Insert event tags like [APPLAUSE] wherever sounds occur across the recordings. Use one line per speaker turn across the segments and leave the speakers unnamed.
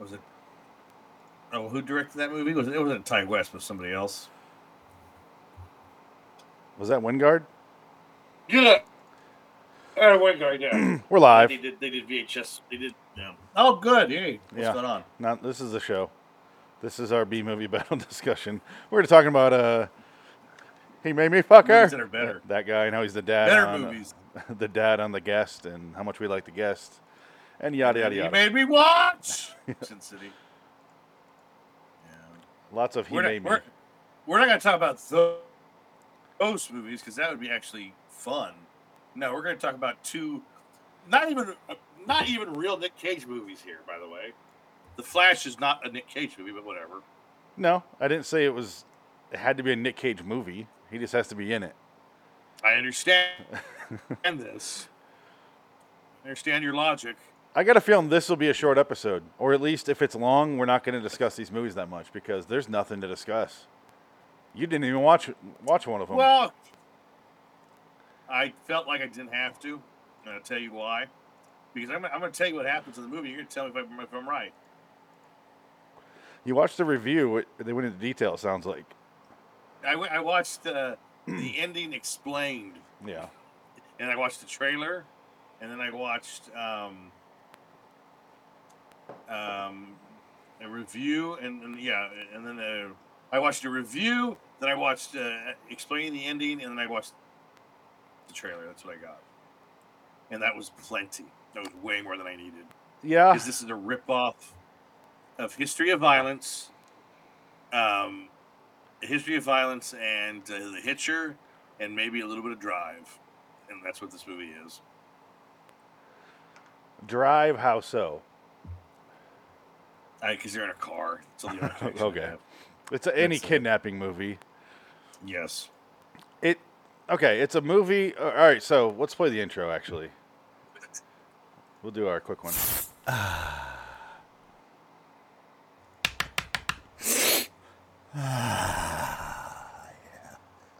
was it? Oh, who directed that movie? Was it? It wasn't Ty West, but somebody else.
Was that Wingard?
Get up. All right, wait, guy
[CLEARS THROAT]
down.
We're live.
they did. They did VHS. They did. Yeah.
Oh, good. Yay! What's
Yeah.
going on?
Not this is the show. This is our B movie [LAUGHS] battle discussion. We're talking about uh, he made me fuck her.
Movies that are better.
That guy and uh, how he's the dad.
Better
on,
movies.
[LAUGHS] the dad on the guest and how much we like the guest, and yada yada
You
yada.
made me
[LAUGHS]
watch Sin City. Yeah.
Lots of he
we're,
made
not, we're,
me.
we're not going to talk about tho- those movies because that would be actually fun. No, we're going to talk about two, not even not even real Nick Cage movies here. By the way, The Flash is not a Nick Cage movie, but whatever.
No, I didn't say it was. It had to be a Nick Cage movie. He just has to be in it.
I understand and this. I understand your logic.
I got a feeling this will be a short episode, or at least if it's long, we're not going to discuss these movies that much because there's nothing to discuss. You didn't even watch watch one of them.
Well, I felt like I didn't have to, and I'll tell you why. Because I'm, I'm going to tell you what happens in the movie. You're going to tell me if I'm, if I'm right.
you watched the review. it- They went into detail. It sounds like
I, w- I watched uh, the ending explained,
yeah.
and I watched the trailer, and then I watched um, um, a review, and, and yeah, and then uh, I watched a review, then I watched uh, explaining the ending, and then I watched the trailer. That's what I got, and that was plenty. That was way more than I needed
Yeah.
because this is a ripoff of History of Violence, um, History of Violence, and uh, The Hitcher, and maybe a little bit of Drive, and that's what this movie is.
Drive how so?
Because they're in a car. It's the
[LAUGHS]
only connection I
Okay.
have.
It's a, any
That's it.
kidnapping movie.
Yes.
It okay. It's a movie. uh, All right. So let's play the intro. Actually, we'll do our quick one. [SIGHS]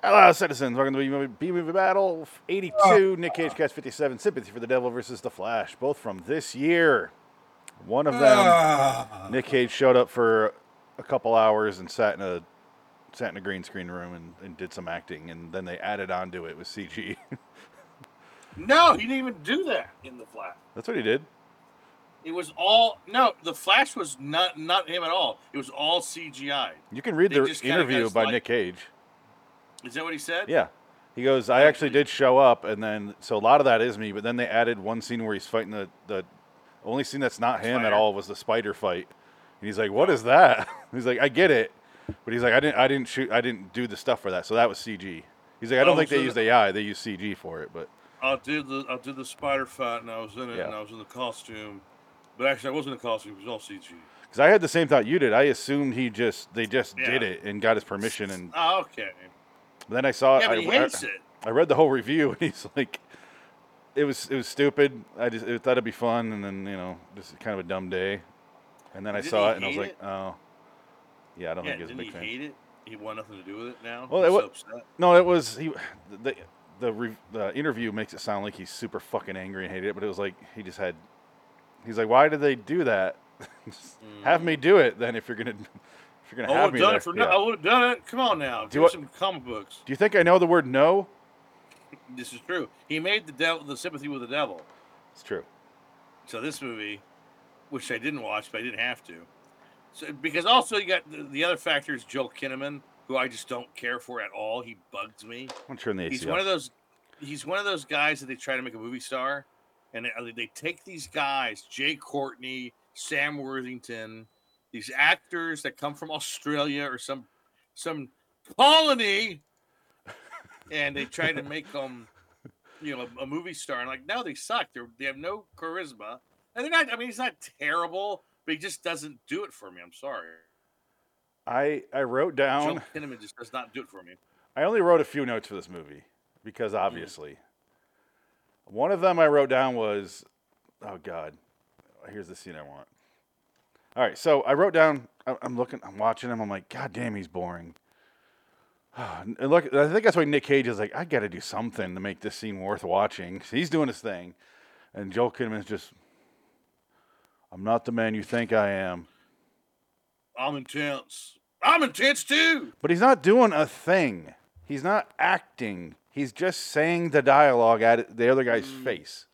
Hello, citizens. Welcome to the B Movie Battle 82, Nick Cage Cast 57, Sympathy for the Devil versus The Flash, both from this year. One of them, Nick Cage showed up for a couple hours and sat in a sat in a green screen room and, and did some acting, and then they added onto it with CG.
No, he didn't even do that in The Flash.
[LAUGHS] That's what he did.
It was all no. The Flash was not not him at all. It was all CGI.
You can read
They
the
just kinda
interview
goes
by
like-
Nick Cage.
Is that what he said?
Yeah. He goes, I actually did show up, and then, so a lot of that is me, but then they added one scene where he's fighting the, the only scene that's not him at
Spider.
all was the spider fight. And he's like, "What is that? [LAUGHS] he's like, I get it. But he's like, I didn't, I didn't shoot, I didn't do the stuff for that. So that was CG. He's like, I don't
Oh,
think they
so
used
the-
AI, they used CG for it, but
I did the I did the spider fight and I was in it
Yeah.
and I was in the costume, but actually I wasn't in the costume. It was all CG.
Because I had the same thought you did. I assumed he just they just
Yeah.
did it and got his permission, and
Oh, okay.
then I saw.
Yeah, but
Uh, I,
he
I-
hates it.
I read the whole review, [LAUGHS] and he's like, "It was it was stupid. I just it, thought it'd be fun, and then you know, just kind of a dumb day." And then I
Didn't
saw
he
it, and I was
hate
like,
it?
"Oh, yeah, I don't
Yeah,
think he's
didn't
a
he
big fan."
hate it? He want nothing to do with it now.
Well,
He's
it wa-
so upset.
No, it was he. The the, re, the interview makes it sound like he's super fucking angry and hated it, but it was like he just had. He's like, "Why did they do that? [LAUGHS] Just Have me do it then if you're gonna if you're gonna
I
have
would
me
have Mm. Oh, done it
there."
for
Yeah.
no. I would have done it. Come on now,
Do
do
I-
some comic books.
Do you think I know the word no?
This is true. He made the devil the sympathy with the devil.
It's true.
So this movie, which I didn't watch, but I didn't have to, so because also you got the, the other factor is Joel Kinnaman, who I just don't care for at all. He bugs me.
I'm gonna turn the AC
he's one
off.
of those he's one of those guys that they try to make a movie star and they, they take these guys jay courtney sam worthington these actors that come from australia or some some colony and they try to make them you know a, a movie star and like no they suck They're, they have no charisma and they're not i mean he's not terrible but he just doesn't do it for me i'm sorry
I I wrote
Joe
down.
Kinnaman just does not do it for me
I only wrote a few notes for this movie because obviously, one of them I wrote down was, oh god, here's the scene I want. All right, so I wrote down. I- I'm looking. I'm watching him. I'm like, god damn, he's boring. [SIGHS] And look, I think that's why Nick Cage is like, I got to do something to make this scene worth watching. 'Cause He's doing his thing, and Joel Kinnaman's just, I'm not the man you think I am.
I'm intense. I'm intense too.
But he's not doing a thing. He's not acting. He's just saying the dialogue at the other guy's face.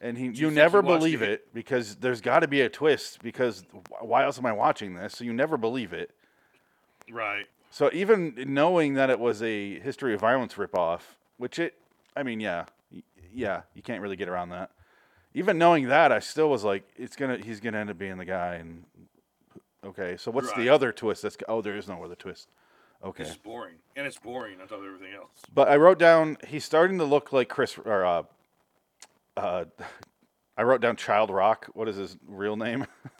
And he,
Mm. Do
you,
you think
never
he watched
believe
it?
it because there's got to be a twist because wh- why else am I watching this? So you never believe it.
Right.
So even knowing that it was a History of Violence ripoff, which it, I mean, yeah, y- yeah, you can't really get around that. Even knowing that, I still was like, it's gonna, he's gonna end up being the guy. And okay, so what's the
Right.
other twist? That's oh, there is no other twist. Okay,
This is boring, and it's boring on top of everything else.
but I wrote down he's starting to look like Chris or uh, uh, I wrote down Child Rock. What is his real name? [LAUGHS]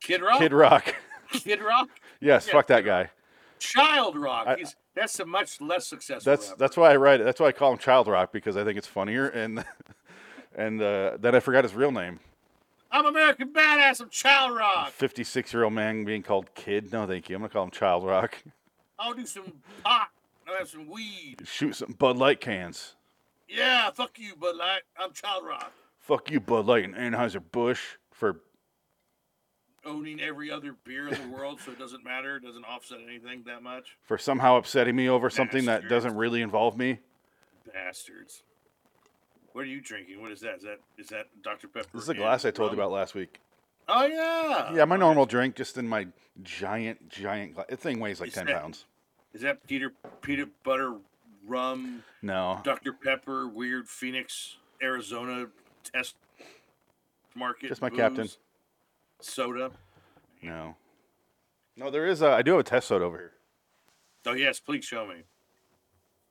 Kid Rock.
Kid
Kid,
Rock. [LAUGHS]
Rock.
yes,
Oh. Yeah,
fuck that
Kid
guy.
Child Rock.
I-
He's, that's a much less successful.
That's
rapper.
that's why I write it. That's why I call him Child Rock because I think it's funnier and [LAUGHS] and uh, then I forgot his real name.
I'm American badass. I'm Child Rock.
Fifty six year old man being called kid. No, thank you. I'm gonna call him Child Rock.
I'll do some pot. I'll have some weed.
Shoot some Bud Light cans.
Yeah, fuck you, Bud Light. I'm Child Rock,
Fuck you, Bud Light and Anheuser Busch for
owning every other beer in the
[LAUGHS]
world, so it doesn't matter. It doesn't offset anything that much.
for somehow upsetting me over something that
Bastards.
doesn't really involve me.
Bastards. What are you drinking? What is that? Is that is that Dr Pepper?
This is the
and
glass I told you
rum?
about last week.
Oh yeah.
Uh, Yeah, my
Okay.
normal drink, just in my giant, giant glass. The thing weighs like
Is
10
that-
pounds.
Is that Peter peanut butter rum
No.
Dr Pepper weird Phoenix Arizona test market?
Just my Captain.
booze? Soda.
No. No, there is a. I do have a test soda over here.
Oh yes, please show me.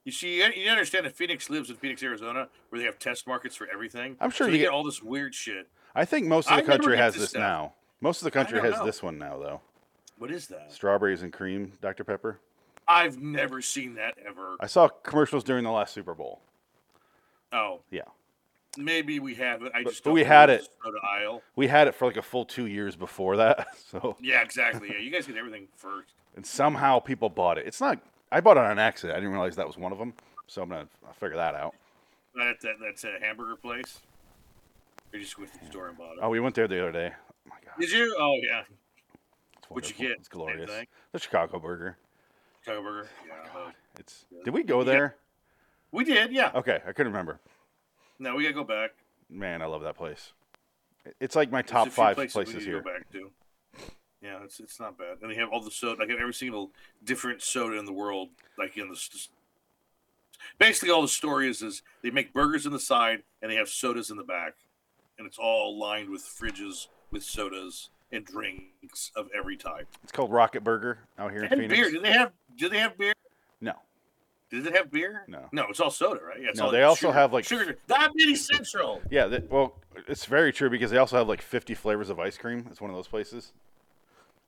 You see, you you understand that Phoenix lives in Phoenix, Arizona, where they have test markets for everything.
I'm sure
so
you
they get
get-
all this weird shit.
I think most of
I
the
never
country
get
has
this
this
stuff.
now. Most of the country
don't
has
know.
this one now, though.
What is that?
Strawberries and cream, Dr. Pepper.
I've never seen that ever.
I saw commercials during the last Super Bowl.
Oh,
Yeah.
maybe we have it. I just
but
don't
we
know
had
what's
it.
Soda aisle.
We had it for like a full two years before that. [LAUGHS] So,
Yeah, exactly. Yeah, you guys get everything first.
and somehow people bought it. It's not, I bought it on accident. I didn't realize that was one of them. So I'm going to figure that out.
That that that's a hamburger place. Or you just went to the store and bought it.
Oh, we went there the other day. Oh my God.
Did you? Oh yeah,
It's
What'd you
wonderful.
get?
It's glorious.
Anything?
The Chicago burger.
Chicago burger. Yeah.
God, it's.
Yeah.
Did we go
You got-
there?
We did. Yeah.
Okay, I couldn't remember.
No, we gotta go back.
Man, I love that place. It- It's like my
There's
top
a few
five
places
places,
we need to
here.
Go back to. Yeah, it's it's not bad, and they have all the soda. Like every single different soda in the world, like in the. s- Basically, all the story is is they make burgers in the side and they have sodas in the back, and it's all lined with fridges with sodas and drinks of every type.
It's called Rocket Burger out here in
And
Phoenix.
beer? Do they have? Do they have beer?
No,
Did they have beer?
No.
No, it's all soda, right? Yeah, it's
No,
all
they also
sugar-
have, like,
sugar. Diabetes Central.
yeah. That, well, it's very true because they also have like 50 flavors of ice cream. It's one of those places.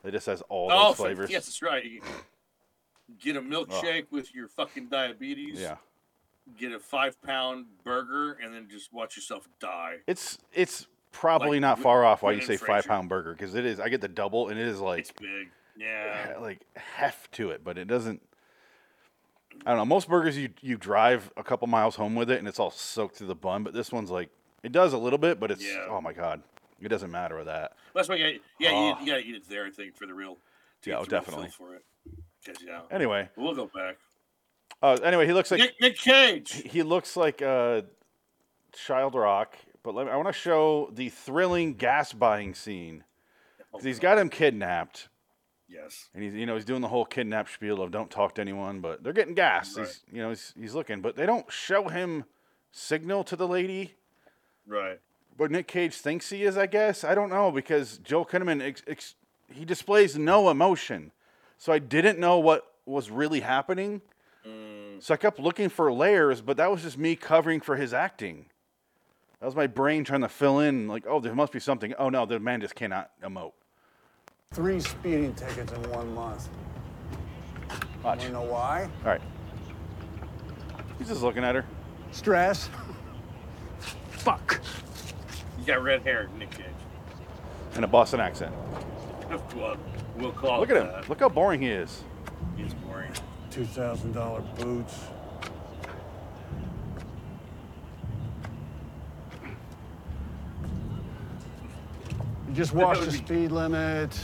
It just has all those
oh,
flavors.
Yes, that's right. You get a milkshake with your fucking diabetes.
Yeah.
Get a five pound burger and then just watch yourself die.
It's it's probably
Like,
not
we-
far off why
we
you
did
say
Fraser.
five pound burger because it is. I get the double and it is like
It's big. Yeah.
ha- like heft to it, but it doesn't. I don't know. Most burgers you you drive a couple miles home with it, and it's all soaked through the bun. But this one's like it does a little bit, but it's
Yeah. Oh.
oh my god, it doesn't matter with that.
That's why you gotta, yeah,
Ah.
you, you gotta eat it there, I think, for the real. To
Yeah,
get
oh,
the real
definitely.
feel for it. 'Cause, yeah.
Anyway,
We'll go back.
uh, anyway, he looks like
Nick, Nick Cage.
he looks like uh, Child Rock. But let me, I want to show the thrilling gas buying scene. 'Cause He's got him kidnapped,
Yes.
and he's you know he's doing the whole kidnap spiel of don't talk to anyone, but they're getting gas.
Right.
He's you know he's, he's looking, but they don't show him signal to the lady.
Right.
But Nick Cage thinks he is, I guess. I don't know because Joel Kinnaman ex- ex- he displays no emotion, so I didn't know what was really happening.
Mm,
So I kept looking for layers, but that was just me covering for his acting. That was my brain trying to fill in, like, oh, there must be something. Oh no, the man just cannot emote.
Three speeding tickets in one month.
Watch.
You
All
know why?
right. He's just looking at her.
Stress. Fuck.
you got red hair, Nick Cage.
in a Boston accent.
Well, we'll call
Look
it
at him.
that.
Look how boring he is.
He's boring.
$2,000 boots. Just watch
would
the
be-
speed limit.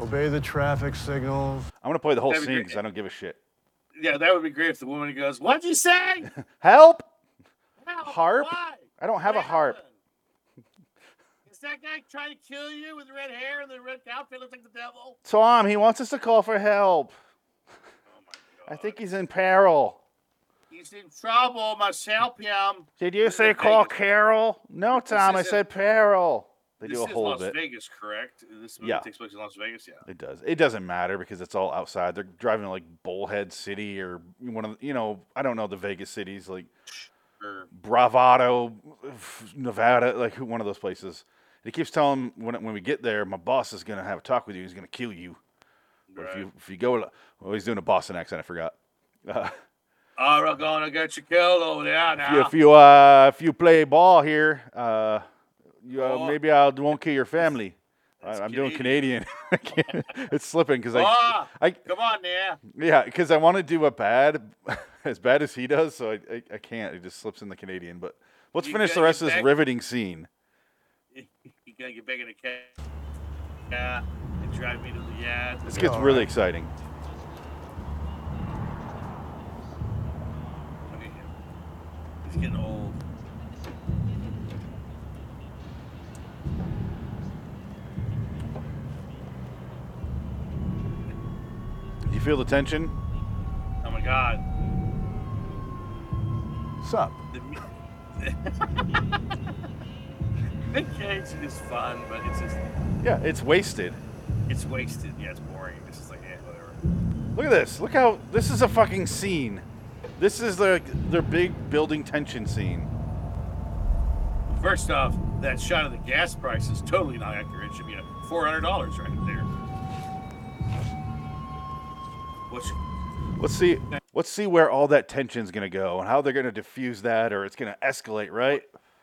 Obey the traffic signals.
I'm gonna play the whole
That'd be
scene
great.
because I don't give a shit.
Yeah, that would be great if the woman goes, "What'd you say? Help,
Help! Harp?
why?
I don't have a
What
harp.
happened? Is that guy trying to kill you with red hair and the red outfit looks like the devil?
Tom, he wants us to call for help.
Oh
I think he's in peril.
He's in trouble. Must help him.
Did you
This is
say
in
call
Vegas.
Carol? No, Tom, I
isn't-
said peril. They
This
do a
is
whole
Las
bit.
Vegas, correct? This movie
Yeah.
takes place in Las Vegas. Yeah.
It does. It doesn't matter because it's all outside. They're driving to, like Bullhead City or one of the, you know, I don't know the Vegas cities like
Or
Bravado, Nevada, like who- one of those places. He keeps telling him when when we get there, my boss is gonna have a talk with you. He's gonna kill you. Or if
Right.
you if you go, to- well, he's doing a Boston accent. I forgot. [LAUGHS] Uh,
Oh, we're gonna get you killed over there
if you
now.
if you, uh, if you play ball here, uh, you, uh,
Oh.
maybe I won't kill your family. I,
That's
I'm doing Canadian. [LAUGHS] I can't- it's slipping because I,
Oh,
I
come on there.
yeah because I want to do a bad [LAUGHS] as bad as he does, so I, I, I can't. It just slips in the Canadian. But let's
You
finish the
gotta
rest
get
of this
back-
riveting scene.
[LAUGHS] You gotta get back in the cab. Yeah, and drive me to the yeah.
This gets
all
really
right.
exciting.
Look at him. He's getting old.
Do you feel the tension?
Oh my god.
Sup?
The [LAUGHS] mu- Nick Cage is fun, but it's just
Yeah, it's wasted.
it's wasted. Yeah, it's boring. It's just like yeah, whatever.
Look at this. Look how this is a fucking scene. This is their their big building tension scene.
First off, that shot of the gas price is totally not accurate. It should be a four hundred dollars right there. What's
Let's see. Let's see where all that tension's gonna go and how they're gonna diffuse that, or it's gonna escalate, right?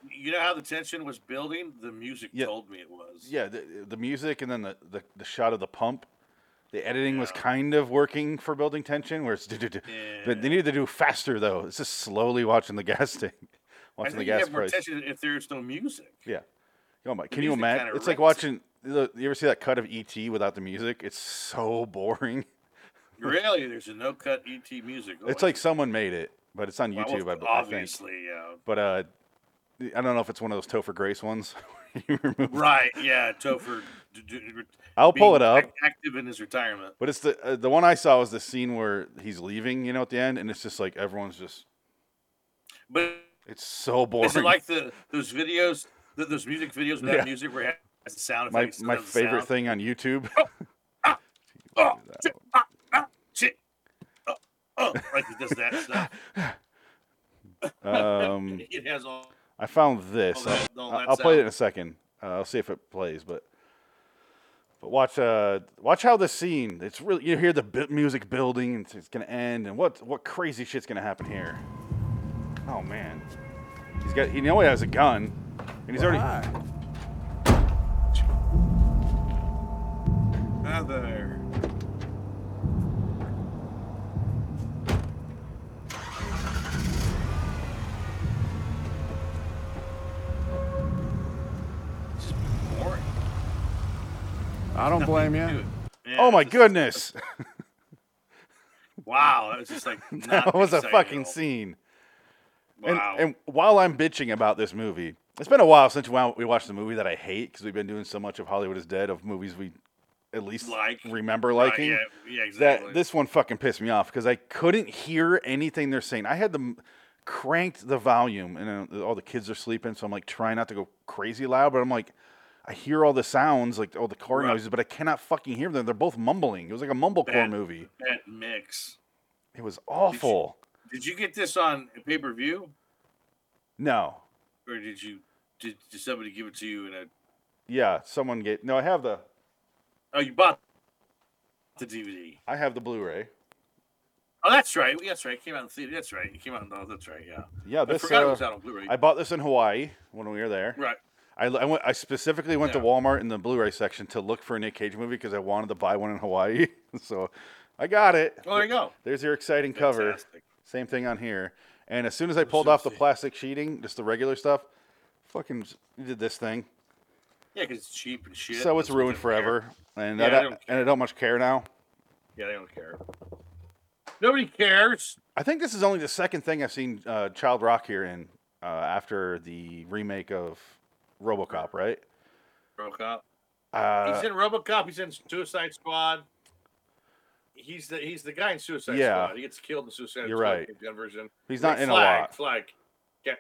you know how the tension was building? The music
Yeah.
told me it was.
Yeah. The, the music and then the, the, the shot of the pump. The editing was
Yeah.
kind of working for building tension, where it's du-du-du. but they
Yeah.
needed to do faster though. It's just slowly watching the gas [LAUGHS] tank,
I
watching
think
the
you
gas
have more
price.
tension if there's no music.
Yeah. Oh my! Can you
music
imagine?
kinda
It's like
wrecks
watching. the- You ever see that cut of ET without the music? It's so [LAUGHS] boring.
Really, there's a no cut ET music. Oh,
It's
I
like someone made it, but it's on
Well,
YouTube. I, b- I think.
obviously, yeah.
But uh, I don't know if it's one of those Topher Grace ones. [LAUGHS] you remove-
Right, yeah. Topher. d- d- re-
I'll pull
being
it up.
ac- Active in his retirement.
But it's the uh, the one I saw was the scene where he's leaving. You know, at the end, and it's just like everyone's just.
But
It's so boring.
is it like the those videos, the, those music videos without
Yeah.
music where it has the sound
my
effects?
my
doesn't have the
favorite
sound?
thing on YouTube.
Oh, shit, ah, ah, shit. Oh, oh, like he does that stuff.
[LAUGHS]
[LAUGHS]
um,
It has all.
[LAUGHS] I found this.
Oh, that-
I'll,
no, that
I'll play it
sound.
in a second. Uh, I'll see if it plays, but but watch uh watch how the scene. It's really you hear the bu- music building and it's, it's gonna end and what what crazy shit's gonna happen here. Oh man, he's got he know he has a gun and he's already
Hi.
Ah, there. It's just boring.
I don't blame
Nothing to
you.
it. Yeah,
oh my
it's just-
goodness
Wow, that was just like [LAUGHS] not
[LAUGHS] that was a
exciting at
fucking
all.
scene. And,
Wow.
and while I'm bitching about this movie, it's been a while since wa- we watched the movie that I hate because we've been doing so much of Hollywood is Dead of movies we at least
Like.
remember
Right,
liking.
Uh, yeah, yeah,
that
exactly.
this one fucking pissed me off because I couldn't hear anything they're saying. I had them cranked the volume, and uh, all the kids are sleeping, so I'm like trying not to go crazy loud, but I'm like, I hear all the sounds, like all the car
Right.
noises, but I cannot fucking hear them. They're both mumbling. It was like a mumblecore
Bad.
movie.
That mix.
It was awful.
Did you get this on pay per view,
No,
or did you did, did somebody give it to you in a?
yeah, someone get no. I have the
Oh, you bought the DVD.
I have the Blu-ray.
Oh, that's right. That's right. It came out in the theater. That's right. It came out. in- Oh, that's right. Yeah.
Yeah,
I
this.
forgot
uh,
it was out on Blu-ray.
I bought this in Hawaii when we were there.
right.
I, I, went, I specifically went
Yeah.
to Walmart in the Blu-ray section to look for a Nick Cage movie because I wanted to buy one in Hawaii. [LAUGHS] so I got it.
Well, there you go.
There's your exciting cover.
Oh, Fantastic.
Same thing on here. And as soon as I pulled
so
off the
sick.
plastic sheeting, just the regular stuff, fucking s- did this thing.
Yeah, because it's cheap and shit.
so it's
That's what
ruined
they
forever, and
Yeah,
I
I
don't,
don't
and I don't much care now.
care. Yeah, they don't care. Nobody cares.
I think this is only the second thing I've seen uh, Child Rock here in uh, after the remake of RoboCop, right?
RoboCop.
Uh,
He's in RoboCop. He's in Suicide Squad. He's the he's the guy in Suicide
Yeah.
Squad. He gets killed in Suicide
You're
Squad.
right.
James Gunn version.
he's not
Like
in a
Flag,
lot.
Flag. Yeah.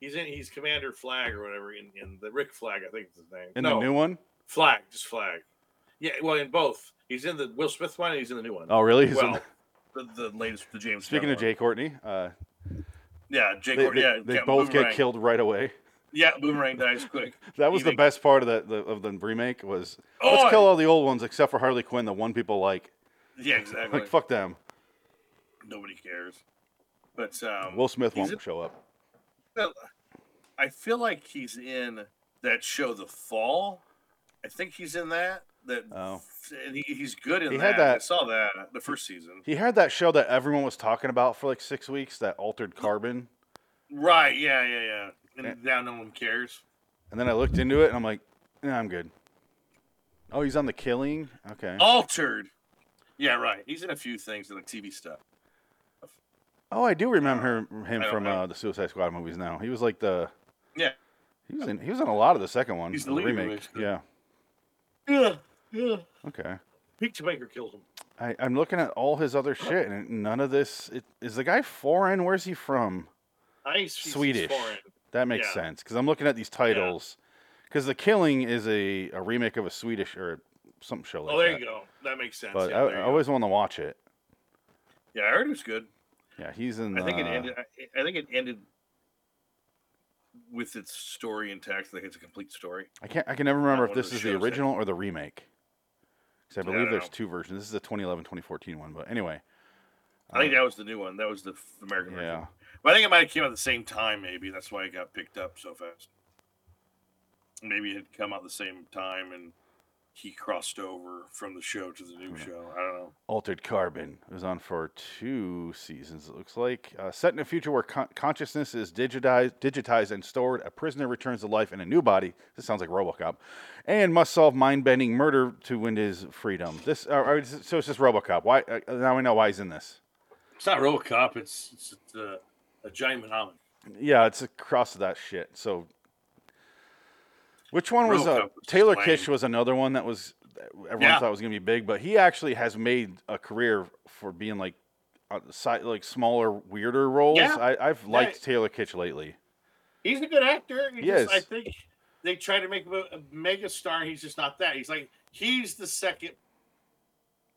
He's in. He's Commander Flag or whatever in, in the Rick Flag. I think is his name.
In
no,
the new one?
Flag, just Flag. Yeah, well, in both. He's in the Will Smith one and he's in the new one.
Oh, really? He's in-
well, the, the latest, the James.
speaking
Gunn
of
one.
Jay Courtney, uh,
yeah, Jake.
they,
Gordon,
they-
yeah,
they
yeah,
both get
Boomerang.
killed right away. [LAUGHS]
Yeah, Boomerang dies quick.
That was
You
the
think-
best part of the, the of the remake was
Oi!
let's kill all the old ones except for Harley Quinn, the one people like. [LAUGHS]
Yeah, exactly.
Like fuck them.
Nobody cares. But um,
Will Smith
he's
won't show up.
in- I feel like he's in that show, The Fall. I think he's in that. That
Oh.
and he, he's good in
He
that.
had
I
that-
saw that the first season.
He had that show that everyone was talking about for like six weeks, that altered carbon.
Right? Yeah, yeah, yeah. And
Yeah.
now no one cares.
And then I looked into it and I'm like, nah, I'm good. Oh, he's on the killing? Okay.
Altered. Yeah, right. He's in a few things in the TV stuff.
Oh, I do remember him, him
I don't
from
know.
uh, the Suicide Squad movies now. He was like the
Yeah.
He was in he was in a lot of the second one.
He's the
the
leader,
remake.
basically.
Yeah.
Yeah, yeah.
Okay.
Pizza Baker kills him.
I, I'm looking at all his other shit, and none of this. It, is the guy foreign? Where's he from?
I he's- he's
Swedish.
foreign.
That makes
Yeah.
sense because I'm looking at these titles. Because The Killing is a, a remake of a Swedish or some show like
Oh, there
that.
you go. That makes sense.
But
yeah,
I,
there
I
you go.
always want to watch it.
yeah, I heard it was good.
Yeah, he's in.
I think it
uh,
ended. I, I think it ended with its story intact. Like it's a complete story.
I can't. I can never remember
on
if
one of
this
those
is the
shows that-
original or the remake. Because I
Yeah, I
believe
don't
there's
know.
two versions. This is the 2011, 2014 one. But anyway,
I think that was the new one. That was the f- American version.
yeah.
But I think it might have came out at the same time. Maybe that's why it got picked up so fast. Maybe it had come out the same time, and he crossed over from the show to the new show. I don't know.
Altered Carbon. It was on for two seasons, it looks like. Uh, set in a future where con- consciousness is digitized, digitized and stored, a prisoner returns to life in a new body. This sounds like Robocop, and must solve mind-bending murder to win his freedom. This, uh, uh, so it's just Robocop. Why? Uh, now we know why he's in this.
It's not RoboCop. It's it's uh, a giant monopoly.
Yeah, it's across that shit. So, which one was uh,
Robocop was
Taylor
lame.
Kish was another one that was that everyone
Yeah.
thought was gonna be big, but he actually has made a career for being like uh, si- like smaller, weirder roles.
Yeah.
I, I've liked Taylor Kish lately.
He's a good actor. He
He
just- I
is.
think they try to make him a, a mega star. He's just not that. He's like he's the second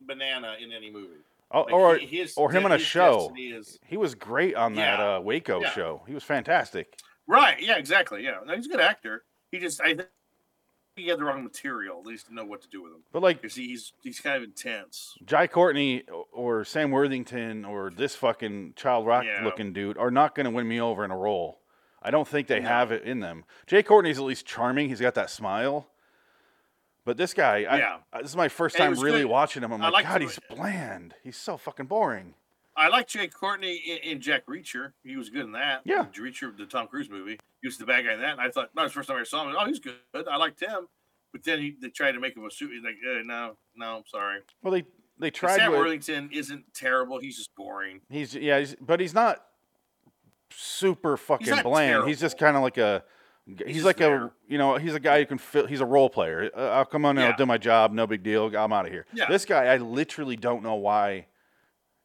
banana in any movie.
Oh,
Like,
or
he- his-
or him on a
his
show.
destiny Is,
he was great on that
Yeah.
uh, Waco
Yeah.
show. He was fantastic.
right. Yeah. Exactly. Yeah. No, he's a good actor. He just I think he had the wrong material. They just didn't know what to do with him
But like
because he's he's kind of intense.
Jai Courtney or Sam Worthington or this fucking Child Rock
Yeah.
looking dude are not going to win me over in a role. I don't think they
No.
have it in them. Jay Courtney's at least charming. He's got that smile. But this guy, I,
Yeah.
I- this is my first
And he
time
was
really
good.
watching him. I'm
I
like,
liked
God,
him.
he's bland. He's so fucking boring.
I like Jake Courtney in, in Jack Reacher. He was good in that.
Yeah.
Reacher, the Tom Cruise movie. He was the bad guy in that. And I thought that was the first time I saw him. Oh, he's good. I liked him. But then he, they tried to make him a suit. He's like, eh, no, no, I'm sorry.
Well, they they
And
tried.
Sam
With,
Worthington isn't terrible. He's just boring.
he's yeah, he's, but he's not super fucking
not
bland. He's just kind of like a. He's,
just
like a
there.
you know he's a guy who can fill. He's a role player. Uh, I'll come on and
Yeah.
I'll do my job. No big deal. I'm out of here.
Yeah.
This guy, I literally don't know why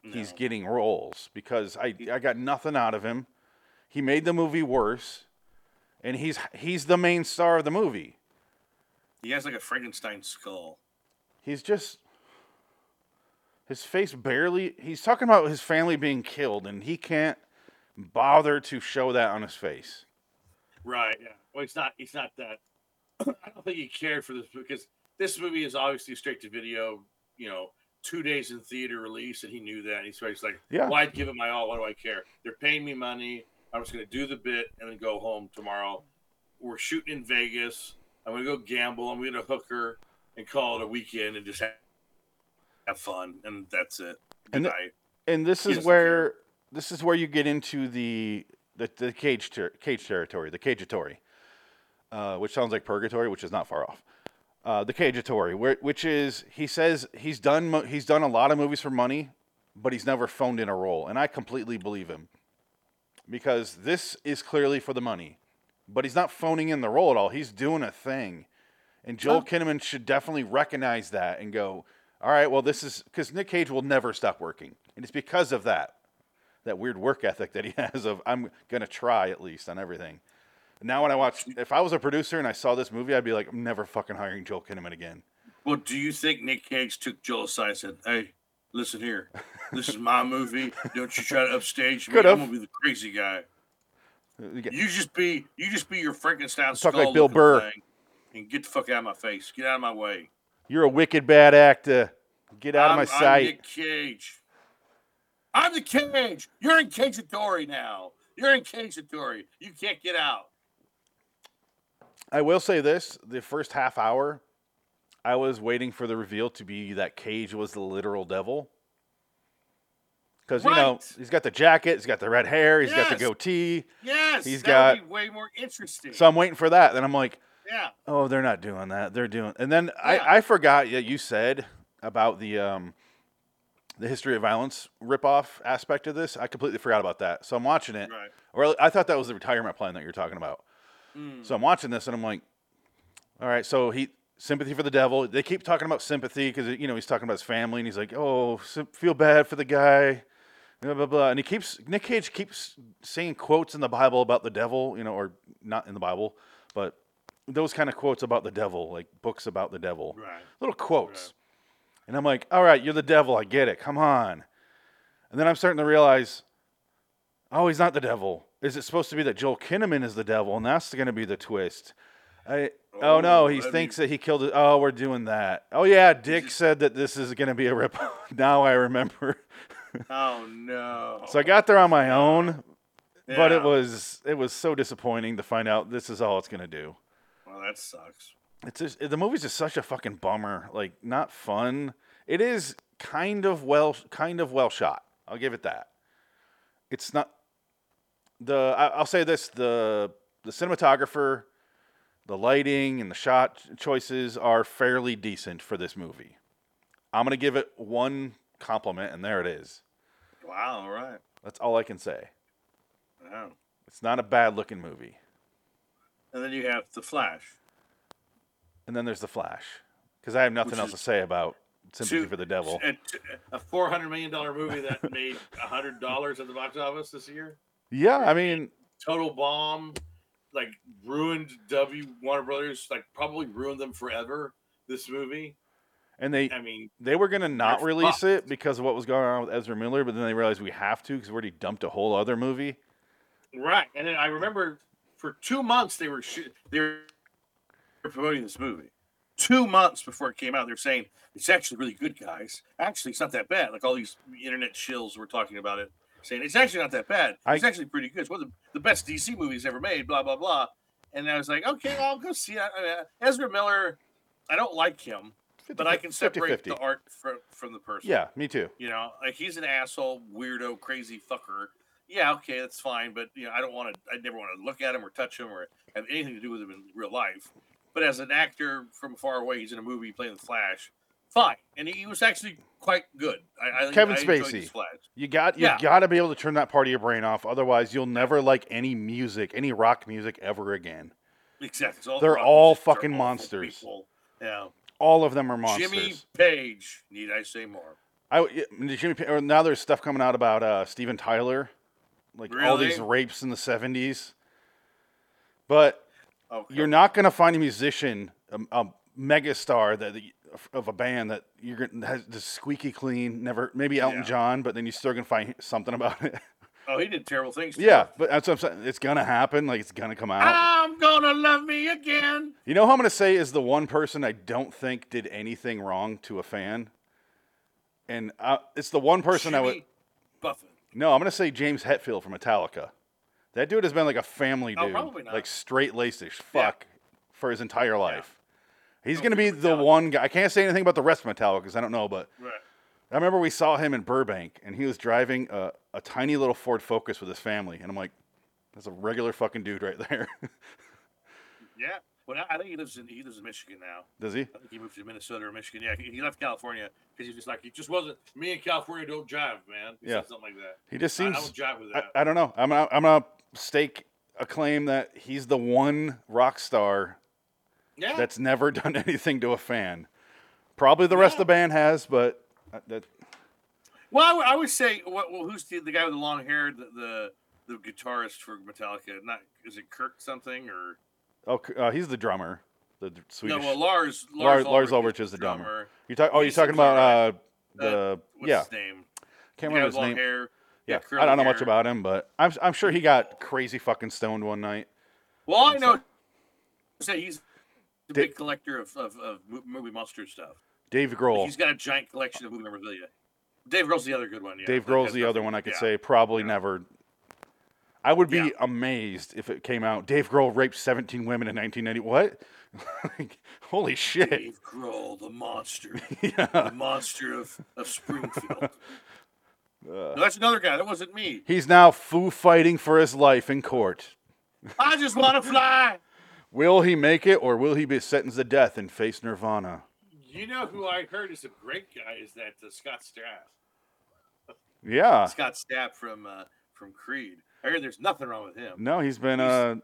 he's
No.
getting roles because I I got nothing out of him. He made the movie worse, and he's he's the main star of the movie.
He has like a Frankenstein skull.
He's just his face barely. He's talking about his family being killed, and he can't bother to show that on his face.
Right. Yeah. Well, he's not. He's not that. I don't think he cared for this because this movie is obviously straight to video. You know, two days in theater release, and he knew that. And he's always like,
Yeah.
"Why give it my all? What do I care? They're paying me money. I'm just going to do the bit and then go home tomorrow. We're shooting in Vegas. I'm going to go gamble. I'm going to hooker and call it a weekend and just have, have fun. And that's it.
And the-
Goodbye.
And this
He
is
doesn't
where this is where you get into the the, the cage ter- cage territory, the cagetory. uh, which sounds like purgatory, which is not far off. Uh, the Cagetory, where, which is he says he's done mo- he's done a lot of movies for money, but he's never phoned in a role, and I completely believe him because this is clearly for the money, but he's not phoning in the role at all. He's doing a thing, and Joel
Oh.
Kinnaman should definitely recognize that and go, all right, well this is because Nick Cage will never stop working, and it's because of that that weird work ethic that he [LAUGHS] has of I'm gonna try at least on everything. Now when I watch, if I was a producer and I saw this movie, I'd be like, I'm never fucking hiring Joel Kinnaman again.
Well, do you think Nick Cage took Joel aside and said, "Hey, listen here, this is my movie. Don't you try to upstage me.
Could
I'm
have.
gonna be the crazy guy.
You get-
You just be, you just be your Frankenstein
Talk
skull.
like Bill
looking
Burr.
thing and get the fuck out of my face. Get out of my way.
You're a wicked bad actor. Get out
I'm,
of my
I'm
sight.
Nick Cage. I'm the Cage. You're in Cage now. You're in Cage You can't get out.
I will say this: the first half hour, I was waiting for the reveal to be that Cage was the literal devil. Because you know
Right.
he's got the jacket, he's got the red hair, he's got the
Yes.
goatee.
Yes,
He's
that would
got-
be way more interesting.
So I'm waiting for that. Then I'm like,
yeah,
Oh, they're not doing that. They're doing, and then
Yeah.
I, I forgot that you said about the um, the history of violence ripoff aspect of this. I completely forgot about that. So I'm watching it,
right.
or I thought that was the retirement plan that you're talking about.
Mm.
So I'm watching this, and I'm like, all right. So he sympathy for the devil. They keep talking about sympathy because you know he's talking about his family, and he's like, oh, sy- feel bad for the guy, blah blah blah. And he keeps Nick Cage keeps saying quotes in the Bible about the devil, you know, or not in the Bible, but those kind of quotes about the devil, like books about the devil,
Right.
little quotes. And I'm like, all right, you're the devil. I get it. Come on. And then I'm starting to realize, oh, he's not the devil. Is it supposed to be that Joel Kinnaman is the devil, and that's going to be the twist? I, oh, no,
Oh,
he
that'd be-
thinks that he killed it. Oh, we're doing that. Oh yeah, Dick said that this is going to be a rip. [LAUGHS] now I remember.
Oh no.
So I got there on my own, but
Yeah.
it was it was so disappointing to find out this is all it's going to do.
Well, that sucks.
it's just, the movie's just such a fucking bummer. Like not fun. It is kind of well kind of well shot. I'll give it that. It's not the I, I'll say this the the cinematographer, the lighting and the shot choices are fairly decent for this movie. I'm gonna give it one compliment, and there it is.
Wow. All right.
That's all I can say.
Wow.
It's not a bad looking movie.
And then you have the Flash.
And then there's the Flash, because I have nothing
Which
else
is-
to say about Sympathy
Two-
for the Devil.
A, a four hundred million dollar movie that [LAUGHS] made hundred dollars at the box office this year.
Yeah, I mean,
Total bomb, like ruined W Warner Brothers. Like probably ruined them forever. This movie.
and they
I mean,
they were gonna not
They're
release
fucked.
it because of what was going on with Ezra Miller, but then they realized we have to because we already dumped a whole other movie.
right. And then I remember for two months they were sh- they were promoting this movie. Two months before it came out, they're saying it's actually really good, guys. Actually, it's not that bad. Like all these internet shills were talking about it, saying it's actually not that bad. It's
I-
actually pretty good. It's one of the, the best DC movies ever made. Blah blah blah. And I was like, okay, I'll go see it. I mean, Ezra Miller, I don't like him, but I can separate
50-50.
the art from from the person.
Yeah, me too.
You know, like he's an asshole, weirdo, crazy fucker. Yeah, okay, that's fine, but you know, I don't want to. I never want to look at him or touch him or have anything to do with him in real life. But as an actor from far away, he's in a movie playing the Flash. Fine, and he was actually quite good. I, I
Kevin
I enjoyed
Spacey.
the Flash.
You got you
Yeah.
got to be able to turn that part of your brain off, otherwise you'll never like any music, any rock music ever again.
Exactly. It's all
They're
rock
all
musicians are
fucking
awful
monsters.
people. Yeah.
All of them are monsters.
Jimmy Page. Need I say more?
I w- yeah, Jimmy P- or now there's stuff coming out about uh, Steven Tyler, like all these
Really?
rapes in the '70s. But
Okay.
you're not going to find a musician, a, a megastar that of a band that you're going to has this squeaky clean. Never, maybe Elton
Yeah.
John, but then you still going to find something about it. [LAUGHS]
Oh, he did terrible things. to
yeah,
her.
but that's what I'm saying. It's going to happen. Like it's going to come out.
I'm gonna love me again.
You know who I'm going to say is the one person I don't think did anything wrong to a fan, and uh, it's the one person I would.
Jimmy Buffett.
No, I'm going to say James Hetfield from Metallica. That dude has been like a family
Oh,
dude,
probably not.
like straight laced as fuck for his entire life. He's
don't
going to be
think
the
Metallica-
one guy. I can't say anything about the rest of Metallica because I don't know, but
Right.
I remember we saw him in Burbank and he was driving a, a tiny little Ford Focus with his family. And I'm like, that's a regular fucking dude right there.
Yeah. Well, I- I think he lives in he lives in Michigan now.
[LAUGHS] Does he?
I think he moved to Minnesota or Michigan. Yeah, he, he left California because he was just like he just wasn't. Me and California don't jive, man. He said
Yeah.
something like that.
He just
I-
seems.
I, don't jive with
I,
that.
I don't know. I'm gonna, I'm gonna stake a claim that he's the one rock star
yeah,
that's never [LAUGHS] done anything to a fan. Probably the rest of the band has, but uh, that
Well, I would- I would say, well, well, who's the, the guy with the long hair, the, the the guitarist for Metallica? Not is it Kirk something or
oh, c- uh, he's the drummer, the d- Swedish.
no? Well, Lars
Lars,
Lars,
Lars Ulrich is the drummer. You talk. Oh, you're
He's
talking
the drummer.
about uh,
Uh,
the
What's
yeah.
his name?
Can't
The guy
remember
with
his
long
name.
hair.
Yeah,
got curly
I don't know much
hair.
about him, but I'm I'm sure he got crazy fucking stoned one night.
Well, all I
He's
know
like-
is that he's a
Did-
big collector of, of, of mo- movie monster stuff.
Dave
Like,
Grohl.
He's got a giant collection of movie memorabilia. Dave Grohl's the other good one. Yeah.
Dave
That
Grohl's
has
the other
nothing-
one I could
yeah.
say probably never. I would be
Yeah.
amazed if it came out. Dave Grohl raped 17 women in 1990. What? [LAUGHS] Like, holy shit!
Dave Grohl, the monster,
[LAUGHS] yeah.
the monster of, of
[LAUGHS]
Springfield. No, that's another guy. That wasn't me.
He's now foo fighting for his life in court.
I just want to fly.
Will he make it, or will he be sentenced to death and face Nirvana?
You know who I heard is a great guy is that uh, Scott Stapp.
Yeah.
Uh. Scott Stapp from uh, from Creed. I heard there's nothing wrong with him.
No, he's been
He's-
uh,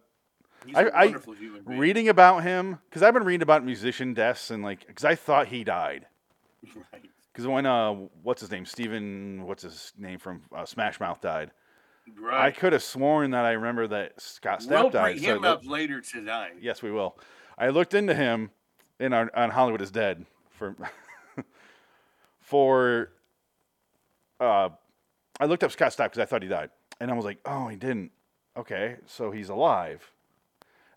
He's
I-
a
I-
wonderful human being.
reading about him because I've been reading about musician deaths and like because I thought he died
right.
because when uh what's his name Steven what's his name from uh, Smash Mouth died
[LAUGHS]
I
Right.
could have sworn that I remember that Scott Stapp
Uh, we'll
died
bring
so I
him
looked-
up later tonight.
yes we will I looked into him in our on Hollywood is Dead for [LAUGHS] for uh I looked up Scott Stapp because I thought he died and I was like oh he didn't okay so he's alive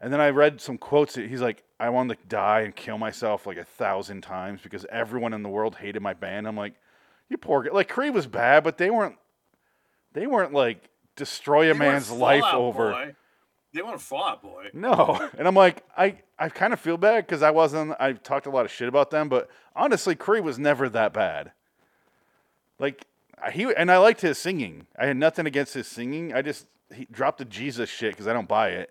And then I read some quotes. that He's like, I wanted to die and kill myself like a thousand times because everyone in the world hated my band. I'm like, you poor guy. Like Creed was bad, but they weren't. They weren't like destroy
They
a
weren't
man's life
Fallout
over.
Boy. They want Fall Out Boy.
No, [LAUGHS] and I'm like, I I kind of feel bad because I wasn't. I talked a lot of shit about them, but honestly, Creed was never that bad. Like I- he and I liked his singing. I had nothing against his singing. I just he dropped the Jesus shit because I don't buy it.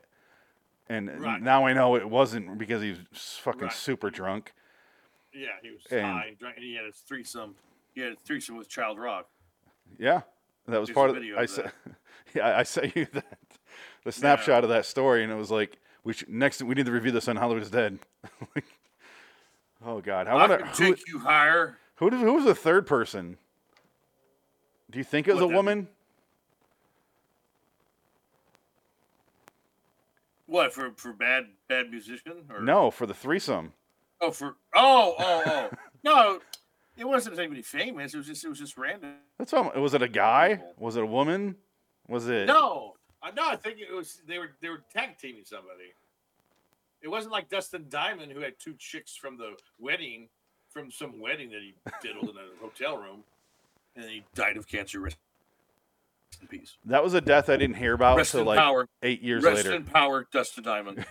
And
Right.
now I know it wasn't because he was fucking
Right.
super drunk.
Yeah, he was
And-
high. He drank, and he had a threesome. He had a threesome with Child Rock.
Yeah, that
There's
was
a
part of.
video
I
of
said,
that.
[LAUGHS] yeah, I- I sent you [LAUGHS] that the snapshot of that story, and it was like, we should, next we need to review this on Hollywood is Dead. [LAUGHS] Like, oh God, I
I,
want
can
to.
take you higher.
Who did, who was the third person? Do you think it was
What,
a
that-
woman?
What for? For bad bad musician? Or
No, for the threesome.
Oh, for oh oh oh
[LAUGHS]
no, it wasn't anybody famous. It was just it was just random.
That's what I'm- was it a guy? Was it a woman? Was it
No, I no, I think it was they were they were tag teaming somebody. It wasn't like Dustin Diamond who had two chicks from the wedding, from some wedding that he diddled in a hotel room, and then he died of cancer. Rest in peace.
that was a death I didn't hear about
Rest
until
in
like
power.
eight years
Rest
later.
in power, Dustin
[LAUGHS]
Diamond.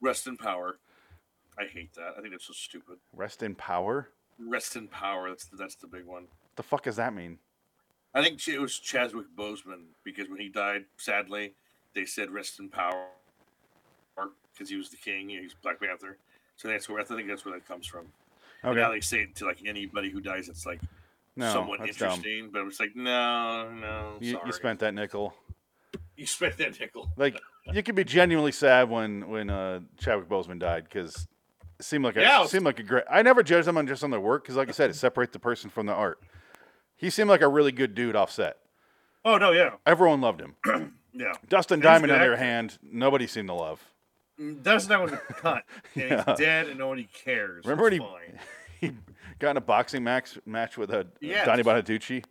Rest in power. I hate that. I think that's so stupid.
Rest in power.
Rest in power. That's the, that's the big one.
What the fuck does that mean?
I think it was Chadwick Boseman because when he died, sadly, they said rest in power because he was the king. He's Black Panther. So that's where I think that's where that comes from. And
Okay,
Now they say it to like anybody who dies. It's like
no,
somewhat
that's dumb.
interesting, but I'm just like, no, no.
You,
sorry.
you spent that nickel.
you spent that nickel.
Like you could be genuinely sad when when uh, Chadwick Boseman died because it seemed like a
Yeah, it was-
seemed like a great. I never judge them on just on their work because, like I said, it separates the person from the art. He seemed like a really good dude offset.
Oh no, yeah,
Everyone loved him.
yeah.
Dustin
He's a
Diamond,
good
on the other
actor.
hand, nobody seemed to love.
Dustin Diamond
[LAUGHS]
was a cunt, and
Yeah.
he's dead, and nobody cares.
Remember
It's
when
fine.
He got in a boxing match match with a
Yes.
Donny Bonaducci.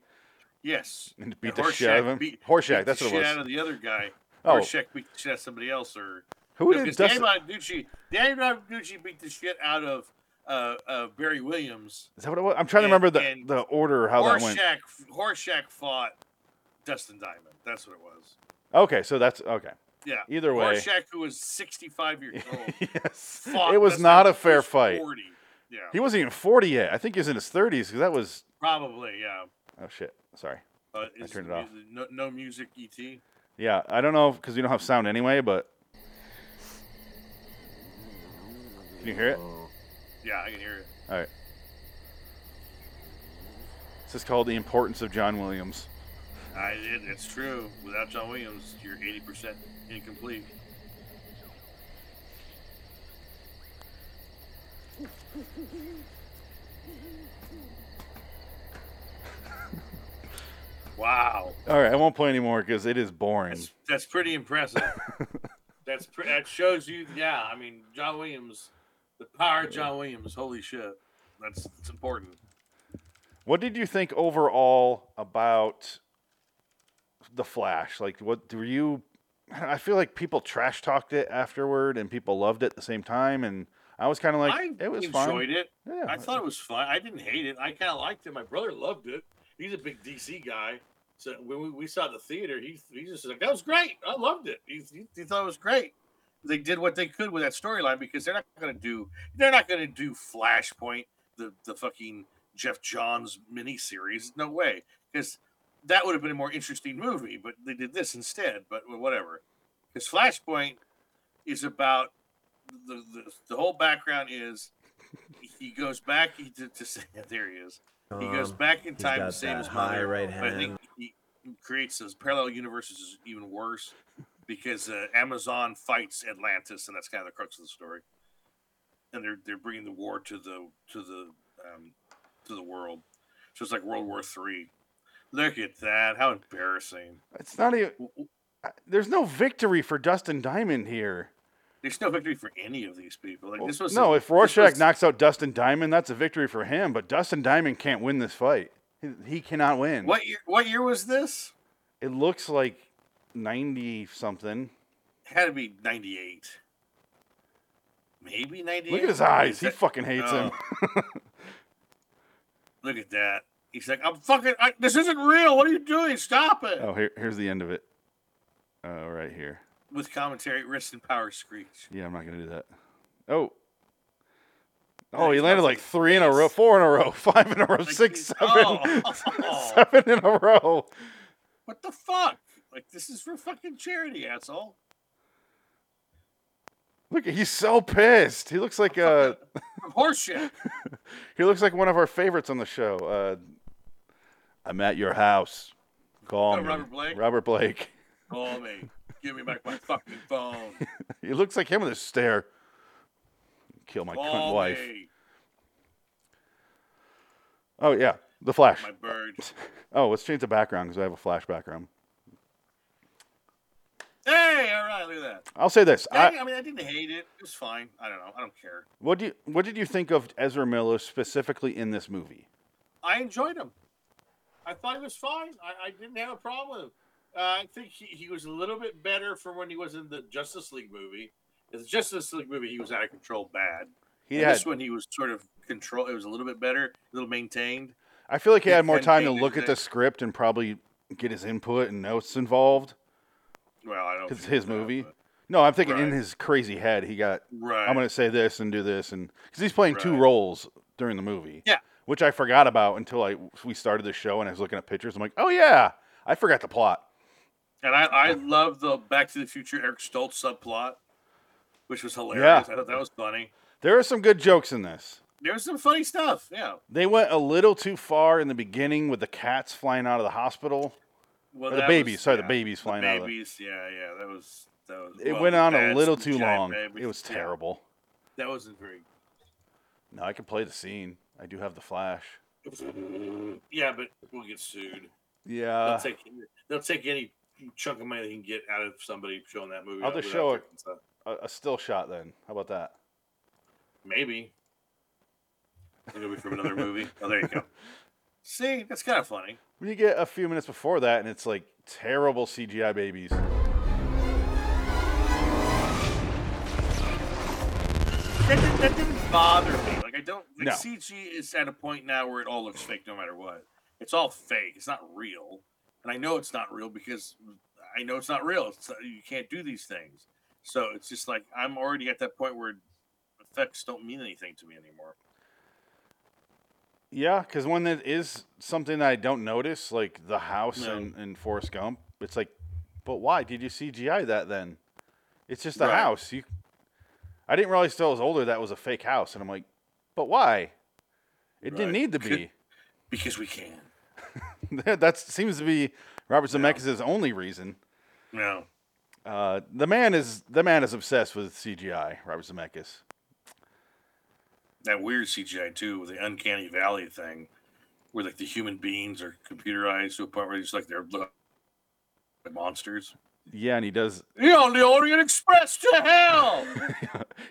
Yes.
And [LAUGHS] beat the shit out of him? Horseshack,
beat the
that's what it
shit
was.
out of the other guy.
Oh.
Horseshack beat the shit out of somebody else, or
Who
no,
did
'cause
Dustin?
Danny Bonaducci? Danny Bonaducci beat the shit out of uh, uh, Barry Williams.
Is that what it was? I'm trying to
and-
remember the,
and
the order how that went.
Horseshack, Horseshack fought Dustin Diamond. That's what it was.
Okay, so that's okay.
Yeah.
Either way.
Horseshack, who was 65
[LAUGHS]
years old,
yes,
fought
it was
Dustin
not a
Diamond, who
fair
was
fight.
40. Yeah,
He wasn't even 40 yet. I think he was in his 30s because that was
probably. Yeah.
oh shit. Sorry.
Uh, is
turned it
the
off.
music- No, no music, E ET.
Yeah, I don't know because we don't have sound anyway, but Can you hear it?
Yeah, I can hear it.
All right. This is called The Importance of John Williams.
I, it it's true. Without John Williams, you're 80% incomplete. [LAUGHS] wow.
All right, I won't play anymore because it is boring.
That's, that's pretty impressive. that's pre- that shows you, yeah. I mean, John Williams, the power of John Williams. Holy shit, that's it's important.
What did you think overall about the Flash? Like, what were you? I feel like people trash talked it afterward, and people loved it at the same time, and I was kind of like,
I
it was
enjoyed
fine.
it.
Yeah,
I thought it was fun. I didn't hate it. I kind of liked it. My brother loved it. He's a big DC guy. So when we, we saw it in the theater, he, he just was like, that was great. I loved it. He, he, he thought it was great. They did what they could with that storyline because they're not going to do they're not going to do Flashpoint, the the fucking Jeff Johns miniseries. No way, because that would have been a more interesting movie. But they did this instead. But whatever, because Flashpoint is about the, the the whole background is he goes back he, to, to say [LAUGHS] there he is. He goes
Um,
back in
he's
time
got
to save
that
his
high
mother.
right
but I
hand.
think he creates those parallel universes is even worse because uh, Amazon fights Atlantis, and that's kind of the crux of the story. And they're they're bringing the war to the to the um, to the world. So it's like World War Three. Look at that! How embarrassing.
it's not even. I- There's no victory for Dustin Diamond here.
There's no victory for any of these people. Like this was
no,
a-
if Rorschach
this was-
knocks out Dustin Diamond, that's a victory for him. But Dustin Diamond can't win this fight. He, he cannot win.
What year? What year was this?
It looks like ninety something.
had to be 98 maybe 98
Look at his eyes.
Is
He
that- Oh.
fucking hates him.
look at that he's like i'm fucking I, this isn't real what are you doing stop it
Oh, here, here's the end of it. Oh, right here.
with commentary wrist and power screech
Yeah, I'm not gonna do that. Oh. Oh, he
he's
landed
not
like
fucking
three in a row,
fast.
four in a row, [LAUGHS] five in a row,
Like,
six,
he's-
seven, [LAUGHS]
oh, [LAUGHS]
seven in a row.
what the fuck like this is for fucking charity asshole
Look, he's so pissed. He looks like uh,
from horseshit
he looks like one of our favorites on the show. Uh, I'm at your house. Call
Oh,
me,
Robert Blake?
Robert Blake. [LAUGHS]
call me give me back my fucking phone
He looks like him with his stare. Kill my cunt
call
wife.
me
Oh yeah, the Flash.
my bird
Oh, let's change the background because I have a flash background.
hey all right look at that
I'll say this. I,
I, I mean i didn't hate it it was fine i don't know i don't care
What do you, what did you think of Ezra Miller specifically in this movie?
I enjoyed him. I thought he was fine. I, I didn't have a problem with him. Uh, I think he, he was a little bit better from when he was in the Justice League movie. In the Justice League movie, he was out of control bad.
He
In
had,
This one, he was sort of control. It was a little bit better, a little maintained.
I feel like he
he
had more
can
time to
take
look at the
exec-
script and probably get his input and notes involved.
Well, I don't.
Because
think
his
so,
movie.
but-
No, I'm thinking in
Right.
his crazy head, he got.
right?
I'm going to say this and do this, and because he's playing two
Right.
roles during the movie.
Yeah.
Which I forgot about until I we started the show and I was looking at pictures. I'm like, oh yeah, I forgot the plot.
And I, I love the Back to the Future Eric Stoltz subplot, which was hilarious. I thought that was funny.
There are some good jokes in this.
There was some funny stuff. Yeah.
They went a little too far in the beginning with the cats flying out of the hospital.
Well,
Or the
that
babies,
was-
sorry, the
yeah.
babies flying out of the-
babies, yeah, yeah, that was that was.
It
well,
went
the
on a
bats
little
and
too
giant
long.
babies,
It was
yeah,
terrible.
that wasn't very.
No, I can play the scene. I do have the flash.
Yeah, but we'll get sued. They'll
Yeah.
take they'll take any chunk of money they can get out of somebody showing that movie.
I'll just
without
show it.
taking stuff.
A, a still shot then. How about that?
Maybe it'll be from another movie. Oh, there you
[LAUGHS]
go. See, that's kind of funny.
You get a few minutes before that, and it's like terrible CGI babies.
That, didn't- that didn't bother me. Like I don't. Like,
No.
CG is at a point now where it all looks fake, no matter what. It's all fake. It's not real, and I know it's not real because I know it's not real. It's, uh, you can't do these things. So it's just like I'm already at that point where effects don't mean anything to me anymore.
Yeah, because when that is something that I don't notice, like the house
No.
and in, in Forrest Gump, it's like, but why did you CGI that then? It's just a
Right.
house. You, I didn't realize till I was older that was a fake house, and I'm like, but why? It
Right.
didn't need
[LAUGHS]
to be. [LAUGHS]
because we can.
that seems to be Robert Zemeckis' only reason.
No,
Uh, the man is the man is obsessed with CGI. Robert Zemeckis.
that weird CGI too with the uncanny valley thing, where like the human beings are computerized to a point where it's like they're look like monsters.
Yeah, and he does. [LAUGHS]
You're on the Orient Express to hell.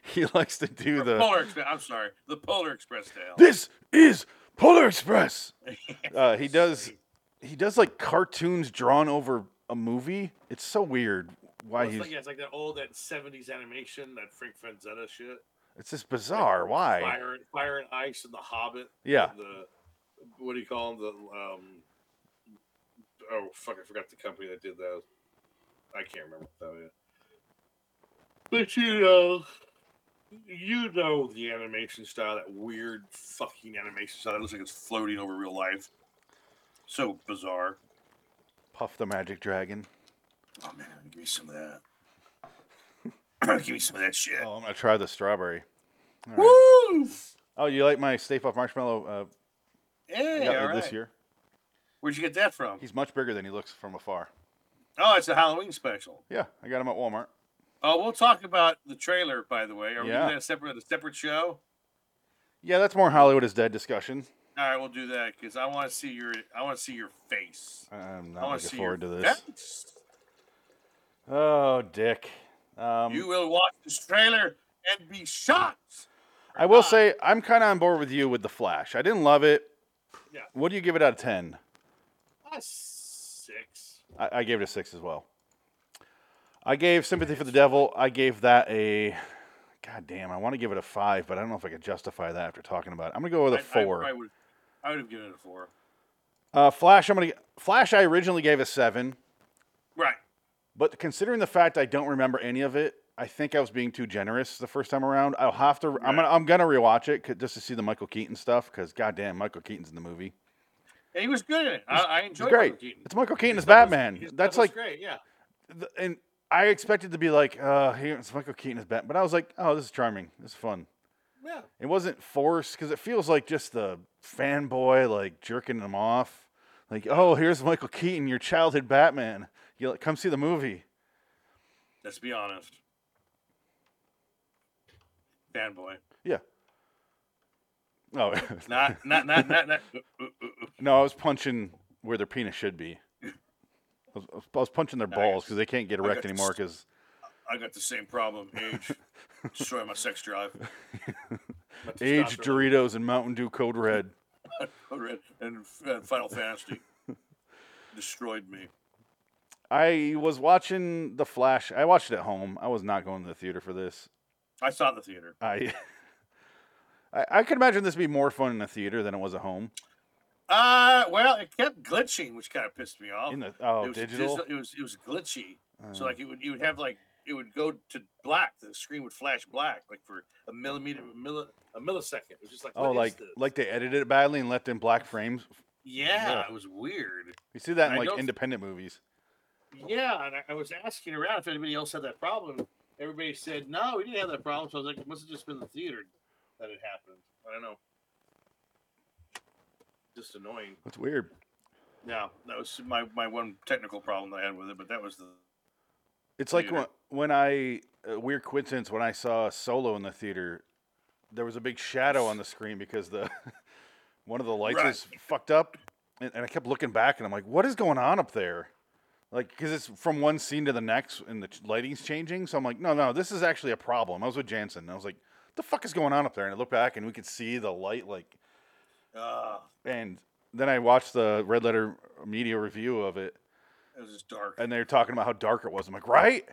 he likes to do
[LAUGHS]
the.
Polar Express. I'm sorry, the Polar Express to hell.
This is Polar Express. [LAUGHS] uh, he does. He does like cartoons drawn over a movie. It's so weird. Why
it's,
he's?
like, it's like that old that '70s animation, that Frank Frazetta shit.
It's just bizarre. Why?
Fire, Fire and Ice, and The Hobbit.
Yeah.
and The what do you call them? The um. Oh fuck! I forgot the company that did that. I can't remember what that. Is. But you know, you know the animation style, that weird fucking animation style that looks like it's floating over real life. So bizarre.
Puff the Magic Dragon.
Oh man, give me some of that. [COUGHS] give me some of that shit.
Oh, I'm gonna try the strawberry.
Woo!
Oh, you like my Stay Puft Marshmallow? Uh,
Hey,
got
all
me this
right.
year.
Where'd you get that from?
He's much bigger than he looks from afar.
Oh, it's a Halloween special.
Yeah, I got him at Walmart.
Oh, we'll talk about the trailer, by the way. Are we
Yeah.
doing that separate, a separate show?
Yeah, that's more Hollywood is dead discussion.
All right, we'll do that because I want to see your, I want to see your face.
I'm
Oh, I
not
want to
looking
see your
forward to this.
face.
Oh, Dick. Um,
You will watch this trailer and be shocked.
I
Uh,
will say I'm kind of on board with you with the Flash. I didn't love it.
Yeah.
What do you give it out of ten?
A six.
I, I gave it a six as well. I gave Sympathy for the Devil. I gave that a. God damn, I want to give it a five, but I don't know if I could justify that after talking about it. I'm gonna go with a
I- I
four.
probably would- I would have given it a four.
uh, Flash, I'm gonna Flash. I originally gave a seven.
Right.
But considering the fact I don't remember any of it, I think I was being too generous the first time around. I'll have to. I'm
Right.
gonna. I'm gonna rewatch it 'cause- just to see the Michael Keaton stuff. Because goddamn, Michael Keaton's in the movie.
Yeah, he was good in it. I, I
It's
enjoyed
great.
Michael Keaton.
It's Michael Keaton as
His stuff was-
Batman.
his stuff
That's
was
like,
great. Yeah.
th- and I expected to be like, uh, here it's Michael Keaton as Batman. But I was like, oh, this is charming. This is fun.
Yeah.
It wasn't forced because it feels like just the fanboy like jerking him off. Like, oh, here's Michael Keaton, your childhood Batman. You come see the movie.
Let's be honest. Fanboy.
Yeah. Oh, [LAUGHS]
Not, not, not, not, not. ooh, ooh, ooh, ooh.
No, I was punching where their penis should be. I was, I was- I was punching their
I
balls because they can't get erect
got
anymore. Because
I got the same problem. Age, destroy my sex
[LAUGHS]
drive. My
age,
testosterone,
Doritos, and Mountain Dew Code Red.
Code Red, and uh, Final
[LAUGHS]
Fantasy destroyed me.
I was watching The Flash. I watched it at home. I was not going to the theater for this.
I saw it in the theater.
I, [LAUGHS] I, I could imagine this be more fun in a theater than it was at home.
Uh, well, it kept glitching, which kind of pissed me off.
In the
it
oh,
was
digital.
dis- it was it was glitchy. So
Uh,
like it would you would have like it would go to black. The screen would flash black like for a millimeter, a, milli, a millisecond. It was just like
oh,
what is
like
this?
like they edited it badly and left in black frames.
yeah,
yeah.
it was weird.
You see that
I
in like
don't-
independent movies.
Yeah, and I, I was asking around if anybody else had that problem. Everybody said no, we didn't have that problem. So I was like, it must have just been the theater that it happened. I don't know. Just annoying.
That's weird.
Yeah, that was my, my one technical problem that I had with it, but that was the
It's like when,
theater.
when I a weird coincidence when I saw Solo in the theater, there was a big shadow on the screen because the [LAUGHS] one of the lights
Right.
was fucked up, and, and I kept looking back and I'm like, what is going on up there? Like, because it's from one scene to the next and the ch- lighting's changing, so I'm like, no, no, this is actually a problem. I was with Jansen and I was like, the fuck is going on up there? And I looked back and we could see the light like
uh
and. Then I watched the Red Letter Media review of it,
it was just dark.
and they were talking about how dark it was. I'm like, right?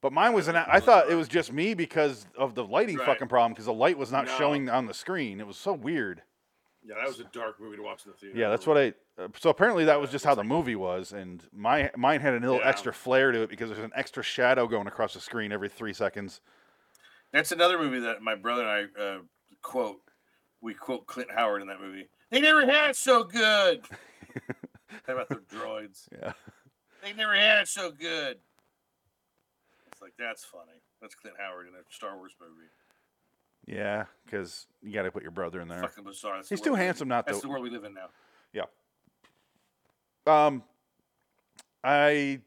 But mine was an. I thought it was just me because of the lighting
Right.
fucking problem because the light was not
No.
showing on the screen. It was so weird.
Yeah, that was a dark movie to watch in the theater.
Yeah, that's what I. uh, So apparently that was just how the movie was, and my mine had a little
Yeah.
extra flair to it because there's an extra shadow going across the screen every three seconds.
That's another movie that my brother and I uh, quote. We quote Clint Howard in that movie. They never had it so
[LAUGHS]
good. How about their droids?
Yeah.
They never had it so good. It's like that's funny. That's Clint Howard in a Star Wars movie.
Yeah, because you got to put your brother in there.
Fucking bizarre. That's the
He's
world
too
we live-
handsome not
That's
to-
the world we live in now.
Yeah. Um, I.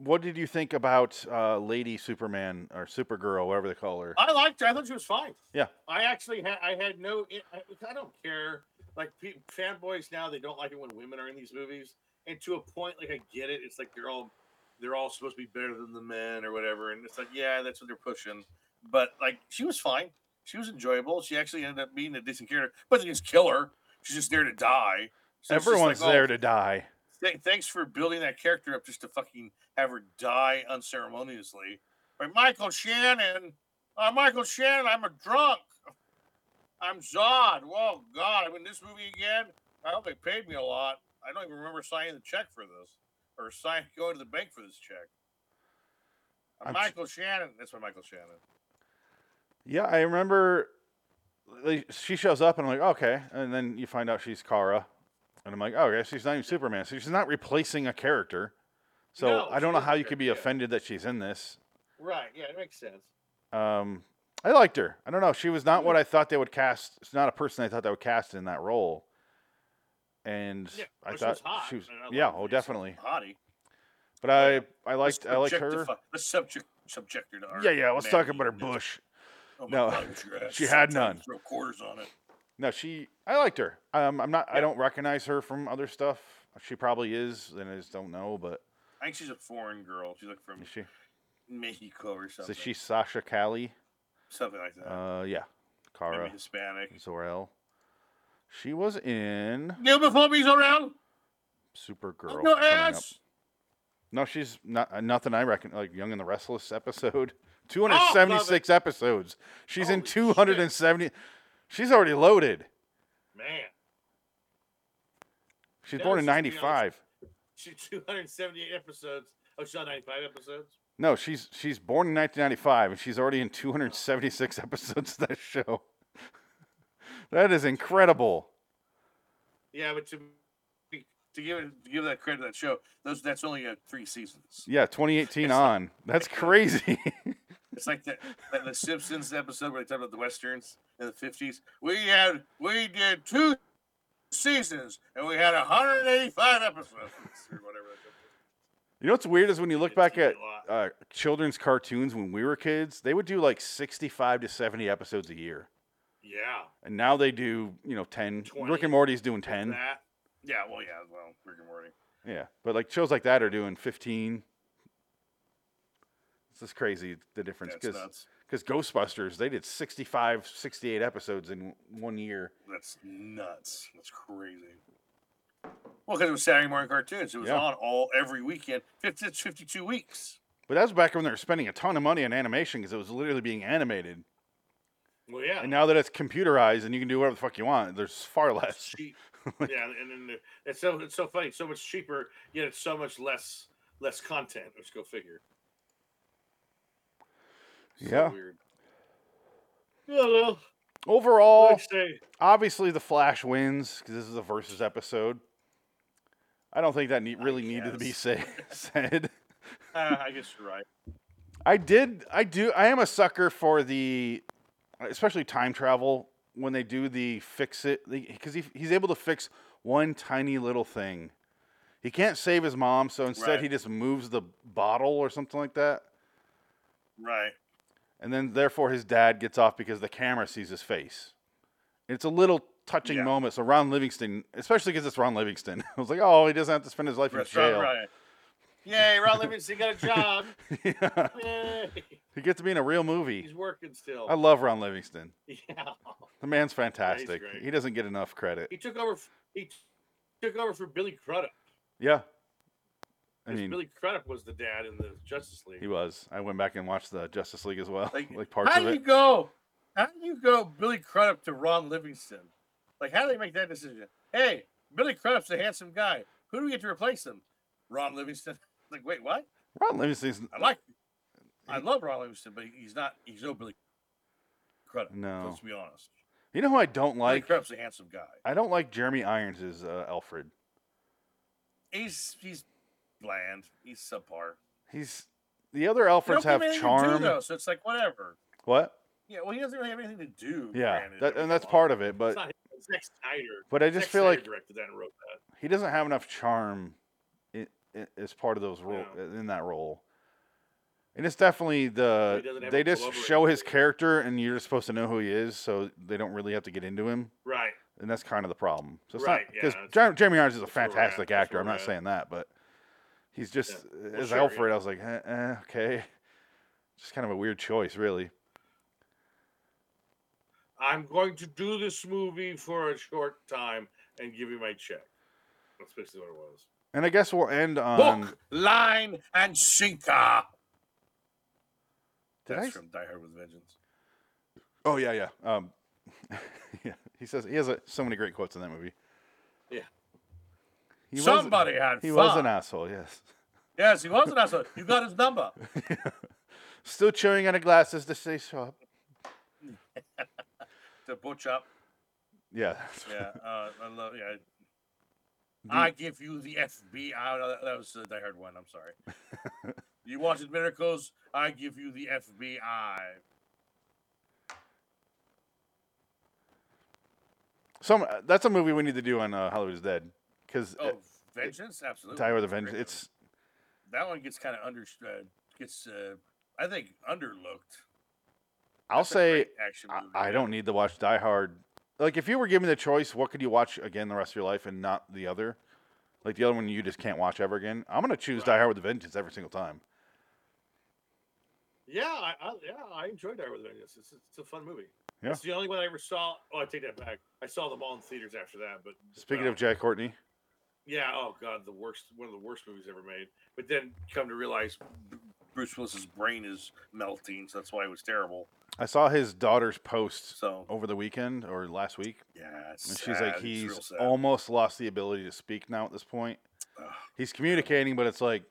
What did you think about uh, Lady Superman or Supergirl, whatever they call her?
I liked her. I thought she was fine.
Yeah.
I actually had. I had no. I, I don't care. Like pe- fanboys now, they don't like it when women are in these movies. And to a point, like I get it. It's like they're all they're all supposed to be better than the men or whatever. And it's like, yeah, that's what they're pushing. But like, she was fine. She was enjoyable. She actually ended up being a decent character. But they just kill her. She's just there to die. So it's just
Everyone's
like, oh,
there to die.
th- thanks for building that character up just to fucking have her die unceremoniously. Like Michael Shannon, uh, Michael Shannon, I'm a drunk. I'm Zod. Whoa, God, I'm in this movie again. I hope they paid me a lot. I don't even remember signing the check for this or sign [LAUGHS] going to the bank for this check. I'm
I'm s-
Michael Shannon. That's my Michael Shannon.
Yeah, I remember. Like, she shows up, and I'm like, okay. And then you find out she's Kara, and I'm like, oh, okay, she's not even Superman. So she's not replacing a character. So
No,
I don't
she
know
isn't
how you
there,
could be
yeah.
offended that she's in this.
Right. Yeah, it makes sense.
Um, I liked her. I don't know. She was not what I thought they would cast. It's not a person I thought they would cast in that role. And
Yeah,
I
but
thought
she was hot.
she was,
and I
yeah,
liked
oh,
her.
definitely.
Hottie.
But I, I liked,
Let's
I liked her.
objectify- Let's subject subject her to our
Yeah, yeah. Let's
man
talk about her
weakness.
bush.
Oh my
No,
God, your ass
[LAUGHS] she had
sometimes
none.
Throw quarters on it.
No, she. I liked her. Um, I'm not. I don't recognize her from other stuff. She probably is, and I just don't know. But
I think she's a foreign girl. She's like from
is she?
Mexico or
So
something.
she's Sasha Cali.
something like that.
Uh,
Maybe
yeah, Kara
Hispanic.
Zor-El. She was in
No before around.
Supergirl.
no
coming up.
ass.
No, she's not uh, nothing. I reckon like Young and the Restless episode, [LAUGHS] two hundred seventy six episodes. She's
Oh,
in
Holy shit.
two hundred and seventy. She's already loaded.
Man,
She's
That
born
was
in
just
ninety
beyond-
five.
she's 278 episodes. Oh, she's on 95 episodes.
No, she's she's born in nineteen ninety five, and she's already in two hundred seventy six [LAUGHS] episodes of that show. that is incredible.
Yeah, but to be, to give it, to give that credit to that show, those that's only uh, three seasons.
Yeah, twenty eighteen on. That's crazy. [LAUGHS]
It's like that, that the Simpsons episode where they talk about the westerns in the 50s. We had we did two seasons and we had 185 episodes or whatever. that is.
You know what's weird is when you look
It's
back
gonna
at
be a
uh, children's cartoons when we were kids, they would do like sixty five to seventy episodes a year.
Yeah.
And now they do, you know, 10.
20.
Rick and Morty's doing 10.
That. Yeah. Well. Yeah. Well. Rick and Morty.
Yeah. But like shows like that are doing 15. It's just crazy the difference
That's nuts.
because Ghostbusters, they did 65, 68 episodes in one year.
That's nuts. That's crazy. Well, because it was Saturday morning cartoons, it was
Yeah.
on all every weekend. 50, it's 52 weeks.
But that was back when they were spending a ton of money on animation because it was literally being animated.
Well, yeah.
And now that it's computerized and you can do whatever the fuck you want, there's far less. [LAUGHS]
Cheap.
yeah, and then the- it's so it's so funny. So much cheaper, yet it's so much less less content. Let's go figure. So
Yeah.
Weird. Yeah, well,
Overall,
like I
[LAUGHS]
say,
obviously the Flash wins because this is a versus episode. I don't think that ne- really needed to be
guess.
say- [LAUGHS] said.
Uh, I guess you're right.
I did. I do. I am a sucker for the, especially time travel when they do the fix it because he, he's able to fix one tiny little thing. He can't save his mom, so instead
Right.
he just moves the bottle or something like that,
Right.
and then therefore his dad gets off because the camera sees his face. It's a little touching
Yeah.
moment. So Ron Livingston, especially because it's Ron Livingston, [LAUGHS] I was like, oh, he doesn't have to spend his life in
Restaurant
jail.
right. Yay, Ron Livingston got a job.
Yeah.
eh,
[LAUGHS] He gets to be in a real movie.
he's working still.
I love Ron Livingston.
yeah.
The man's fantastic.
great.
he doesn't get enough credit.
He took over. f- He t- took over for Billy Crudup.
Yeah. I
'cause
mean,
Billy Crudup was the dad in the Justice League.
he was. I went back and watched the Justice League as well, [LAUGHS] like,
Like,
parts
how
of
do you
it.
go? How do you go Billy Crudup to Ron Livingston? Like, how do they make that decision? Hey, Billy Crudup's a handsome guy. Who do we get to replace him? Ron Livingston. [LAUGHS] Like, wait, what?
Ron Livingston's
I like. I love Ron Livingston, but he's not. He's no Billy Crudup.
No.
Let's be honest.
You know who I don't
Billy
like?
Crudup's a handsome guy.
I don't like Jeremy Irons as uh, Alfred.
He's he's bland. He's subpar.
He's the other Alfreds
They don't
have
give him anything To do,
charm.
though, so it's like whatever.
what?
Yeah, well, he doesn't really have anything to do.
Yeah,
granted,
that,
every
and that's
so
part of it.
It's
But
not it's Zack Snyder.
but I just
Zack
feel
Snyder
like
directed that and wrote that.
he doesn't have enough charm i i as part of those role
Yeah.
in that role. And it's definitely the
He doesn't have
they
to
just
collaborate
show
with
his
it.
character, and you're supposed to know who he is, so they don't really have to get into him,
Right.
and that's kind of the problem. So it's
Right,
not because
yeah, that's-
Jeremy Irons is a
that's where we're at,
fantastic
that's
actor.
where
I'm
we're
not
at.
saying that, but he's just uh,
Well,
as
sure, yeah.
Alfred. I was like, eh, eh, okay, just kind of a weird choice, really.
I'm going to do this movie for a short time and give you my check. That's basically what it was.
And I guess we'll end on.
long. Hook, line, and sinker.
Did
That's
I-
from Die Hard with Vengeance.
Oh yeah, yeah. Um, [LAUGHS] yeah. He says he has a, so many great quotes in that movie.
Yeah.
He was-
Somebody had
He
fun.
was an asshole. Yes.
Yes, he was an asshole. You got his number. [LAUGHS]
Still chewing on the glasses to stay sharp.
The butch up.
Yeah.
Yeah, uh, I love. Yeah,
The-
I give you the FBI. uh, That was uh, Die Hard one. I'm
[LAUGHS]
sorry. you wanted miracles. I give you the FBI.
Some uh, that's a movie we need to do on uh, Hollywood is Dead because
Oh, vengeance! Absolutely.
Die with a
Great
Vengeance.
movie.
It's
that one gets kind of under uh, gets. Uh, I think underlooked.
I'll
That's a
say
great action.
I,
movie,
I
yeah.
don't need to watch Die Hard. Like if you were given the choice, what could you watch again the rest of your life and not the other? Like the other one you just can't watch ever again. I'm gonna choose Die Hard with a Vengeance every single time.
Yeah, I, I yeah, I enjoyed Die Hard with a Vengeance. It's, it's a fun movie.
Yeah.
It's the only one I ever saw. Oh, I take that back. I saw them all in theaters after that. But
Speaking
well,
of Jack Courtney.
yeah, oh god, the worst, one of the worst movies ever made. But then come to realize,
Bruce Willis's brain is melting, so that's why it was terrible.
I saw his daughter's post
So
over the weekend or last week,
yeah, it's
Oh. and she's like,
sad. It's real
he's
sad.
almost lost the ability to speak now at this point.
Ugh.
He's communicating, but it's like,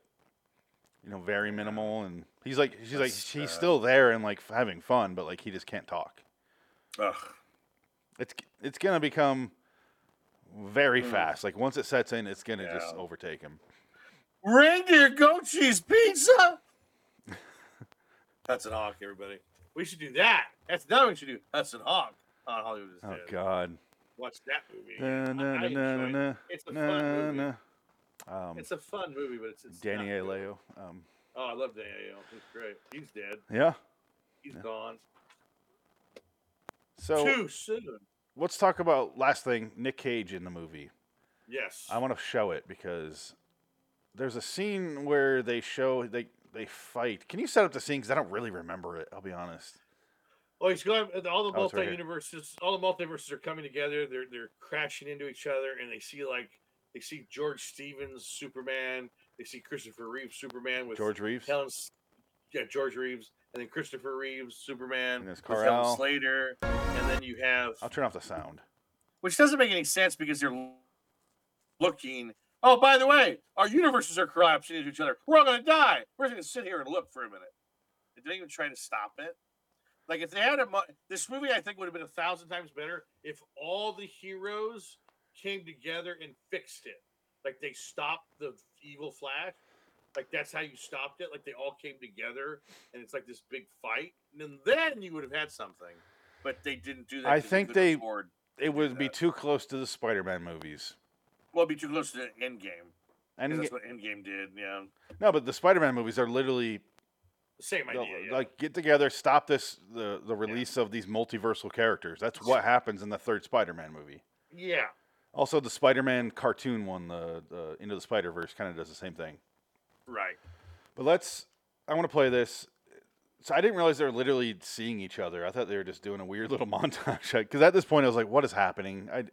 you know, very minimal. And he's like, she's like,
That's
he's
sad.
still there and like having fun, but like he just can't talk.
Ugh.
It's it's gonna become very
Mm.
fast. Like once it sets in, it's gonna just
Yeah.
overtake him.
Reindeer goat
[LAUGHS]
cheese pizza. That's an honk, everybody.
we should do that.
That's another one we should do. That's an honk on Hollywood is
Oh
Dead.
God.
Watch that movie.
Na,
I- I
na, na,
enjoy it.
na,
It's a
na,
fun
na,
movie.
na. Um,
It's a fun movie, but it's, it's not
Danny
good.
Aleo. Um,
Oh, I love Danny Ayo. He's great. He's dead.
yeah.
He's
Yeah.
gone.
So
Too soon.
let's talk about last thing Nick Cage in the movie.
Yes.
I want to show it because there's a scene where they show they they fight. Can you set up the scene? Because I don't really remember it. I'll be honest.
Oh, he's going. All the
Oh, it's
multi
right here.
universes, all the multiverses are coming together. They're they're crashing into each other, and they see like they see George Stevens Superman. They see Christopher Reeve Superman with
George Reeves
Helen, S- yeah, George Reeves, and then Christopher Reeves Superman,
and there's
With Helen
Carl.
Slater,
and then you have
I'll turn off the sound.
which doesn't make any sense because you're looking. Oh, by the way, our universes are collapsing into each other. We're all going to die. We're just going to sit here and look for a minute. They didn't even try to stop it. Like if they had a mo- this movie, I think would have been a thousand.
thousand times better if all the heroes came together and fixed it. Like they stopped the evil Flash. Like that's how you stopped it. Like they all came together, and it's like this big fight. And then you would have had something.
But they didn't do that.
I
'cause
think
couldn't
they-
afford-
It would be
that.
too close to the Spider-Man movies.
Well, it'd be too close to the end game.
And
that's what Endgame did. Yeah.
no, but the Spider-Man movies are literally
Same idea.
they'll,
yeah.
like get together, stop this the the release of these multiversal characters. That's what happens in the third Spider-Man movie.
yeah.
Also, the Spider-Man cartoon one, the, the Into the Spider-Verse, kind of does the same thing.
Right.
But let's. I want to play this. So I didn't realize they were literally seeing each other. I thought they were just doing a weird [LAUGHS] little montage. Because at this point, I was like, "What is happening?" I,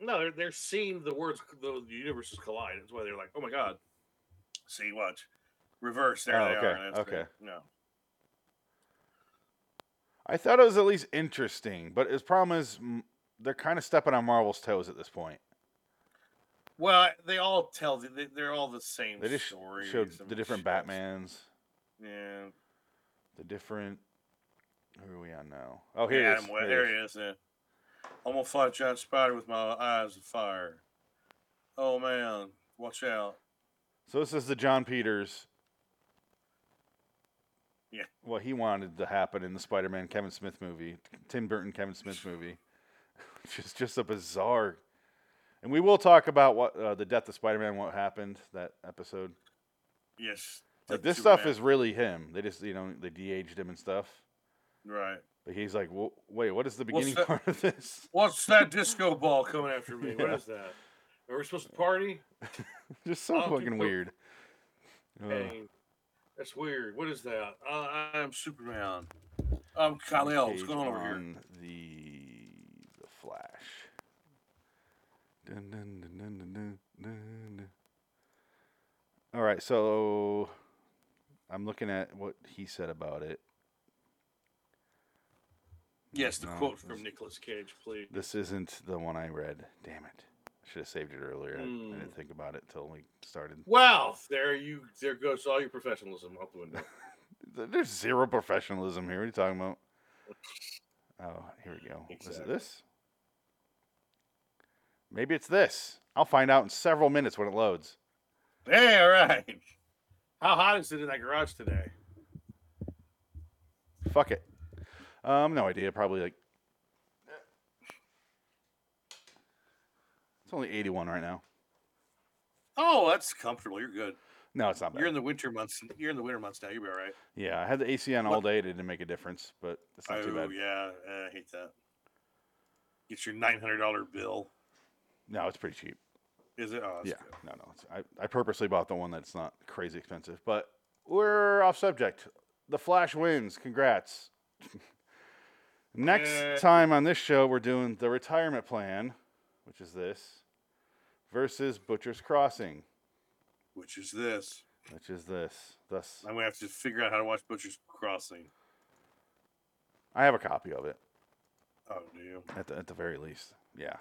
No, they're, they're seeing the words, the universes collide. That's why they're like, oh my God.
See, watch. Reverse. There
Oh,
they are.
okay,
That's the-
okay.
No.
I thought it was at least interesting. But his problem is mm, they're kind of stepping on Marvel's toes at this point.
Well, they all tell. the- They, they're all the same
They just
story.
showed
some
the different
shit.
Batmans,
Yeah.
the different. Who are we on now? Oh, here
yeah,
it is.
Adam West.
here it
There he is. Yeah. I'm gonna fight John Spider with my eyes of fire. Oh man, watch out!
is. So this is the John Peters. what he wanted to happen in the Spider-Man Kevin Smith movie, Tim Burton Kevin Smith movie, [LAUGHS] which is just a bizarre. And we will talk about what uh, the death of Spider-Man, what happened that episode.
Yes.
Like
Took
this
two
stuff
men.
is really him. They just you know they de-aged him and stuff.
right.
But he's like, well, wait, what is the
Well,
beginning
so-
[LAUGHS] part of this?
What's
[LAUGHS]
that disco ball
Coming
coming after?
after me.
Yeah.
What is that? Are we supposed to party?
just so
I'll keep
fucking
it-
weird. Ugh.
Dang. That's weird. What is that?
Uh, I'm Superman. I'm Kal-El. What's
Page
going on over here?
The the Flash. Dun, dun, dun, dun, dun, dun, dun, dun. All right, so I'm looking at what he said about it.
Yes, the
No,
quote
this-
from Nicolas Cage, please.
This isn't the one I read. Damn it! I should have saved it earlier. I- I,
Mm.
Hmm.
didn't think about it till we started.
Wow, there you there goes all your professionalism out the window.
[LAUGHS] Th- There's zero professionalism here. What are you talking about? Oh, here we go. Is it
Exactly.
this? Maybe it's this. I'll find out in several minutes when it loads.
Hey, all right.
How hot is it in that garage today?
Fuck it. Um, no idea. Probably like it's only 81 right now.
Oh, that's comfortable. You're good.
No, it's not bad.
You're in the winter months. You're in the winter months now. You'll be all right.
yeah, I had the AC on all day. It didn't make a difference, but it's not too
Oh
bad.
yeah, uh, I hate that. Get your nine hundred dollar bill.
No, it's pretty cheap.
Is it? Oh, that's
yeah. No, no. It's, I, I purposely bought the one that's not crazy expensive, but we're off subject. The Flash wins. Congrats. [LAUGHS] Next
Yay.
time on this show, we're doing the retirement plan, which is this, versus Butcher's Crossing,
good. Which is this?
which is this. Thus,
I'm gonna have to figure out how to watch Butcher's Crossing.
I have a copy of it
Oh, do you?
at the, at the very least. Yeah.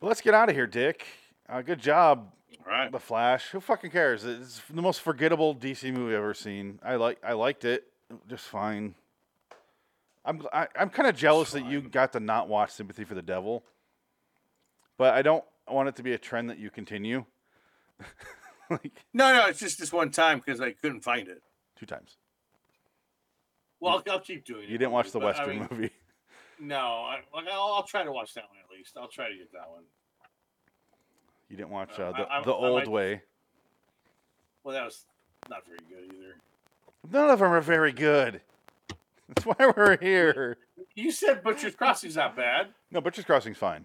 But let's get out of here, Dick. Uh, good job
All right.
The Flash. Who fucking cares? It's the most forgettable DC movie I've ever seen. I like. I liked it just fine. I'm. gl- I, I'm kind of jealous that you got to not watch Sympathy for the Devil, but I don't want it to be a trend that you continue. [LAUGHS] like
No, no, it's just this one time because I couldn't find it.
two times.
Well, I'll, I'll keep doing it.
You didn't watch the
but, I
Western
mean,
movie. [LAUGHS]
No, I, like, I'll, I'll try to watch that one at least. I'll try to get that one.
You didn't watch
uh,
uh, the,
I- I-
the
I
old
might-
way.
Well, that was not very good either.
None of them are very good. [LAUGHS] That's why we're here.
You said Butcher's Crossing's not bad.
No, Butcher's Crossing's fine.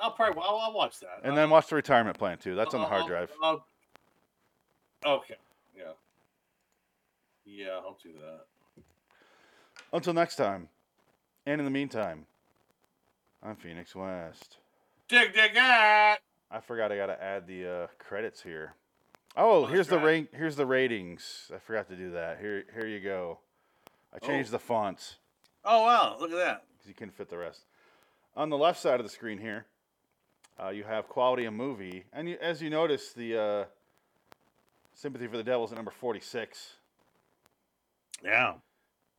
I'll probably I'll, I'll watch that.
And then watch the retirement plan too. That's on the hard
I'll-
drive.
I'll- okay. Yeah. Yeah, I'll do that.
Until next time, and in the meantime, I'm Phoenix West.
Dig, dig, that.
I forgot I gotta add the uh, credits here. Oh,
that's
here's the
right.
rank. Here's the ratings. I forgot to do that. Here, here you go. I
Oh.
changed the fonts
Oh wow, look at that.
because you couldn't fit the rest. On the left side of the screen here, uh, you have quality of movie, and you, as you notice, the uh, Sympathy for the Devil is at number 46,
Yeah.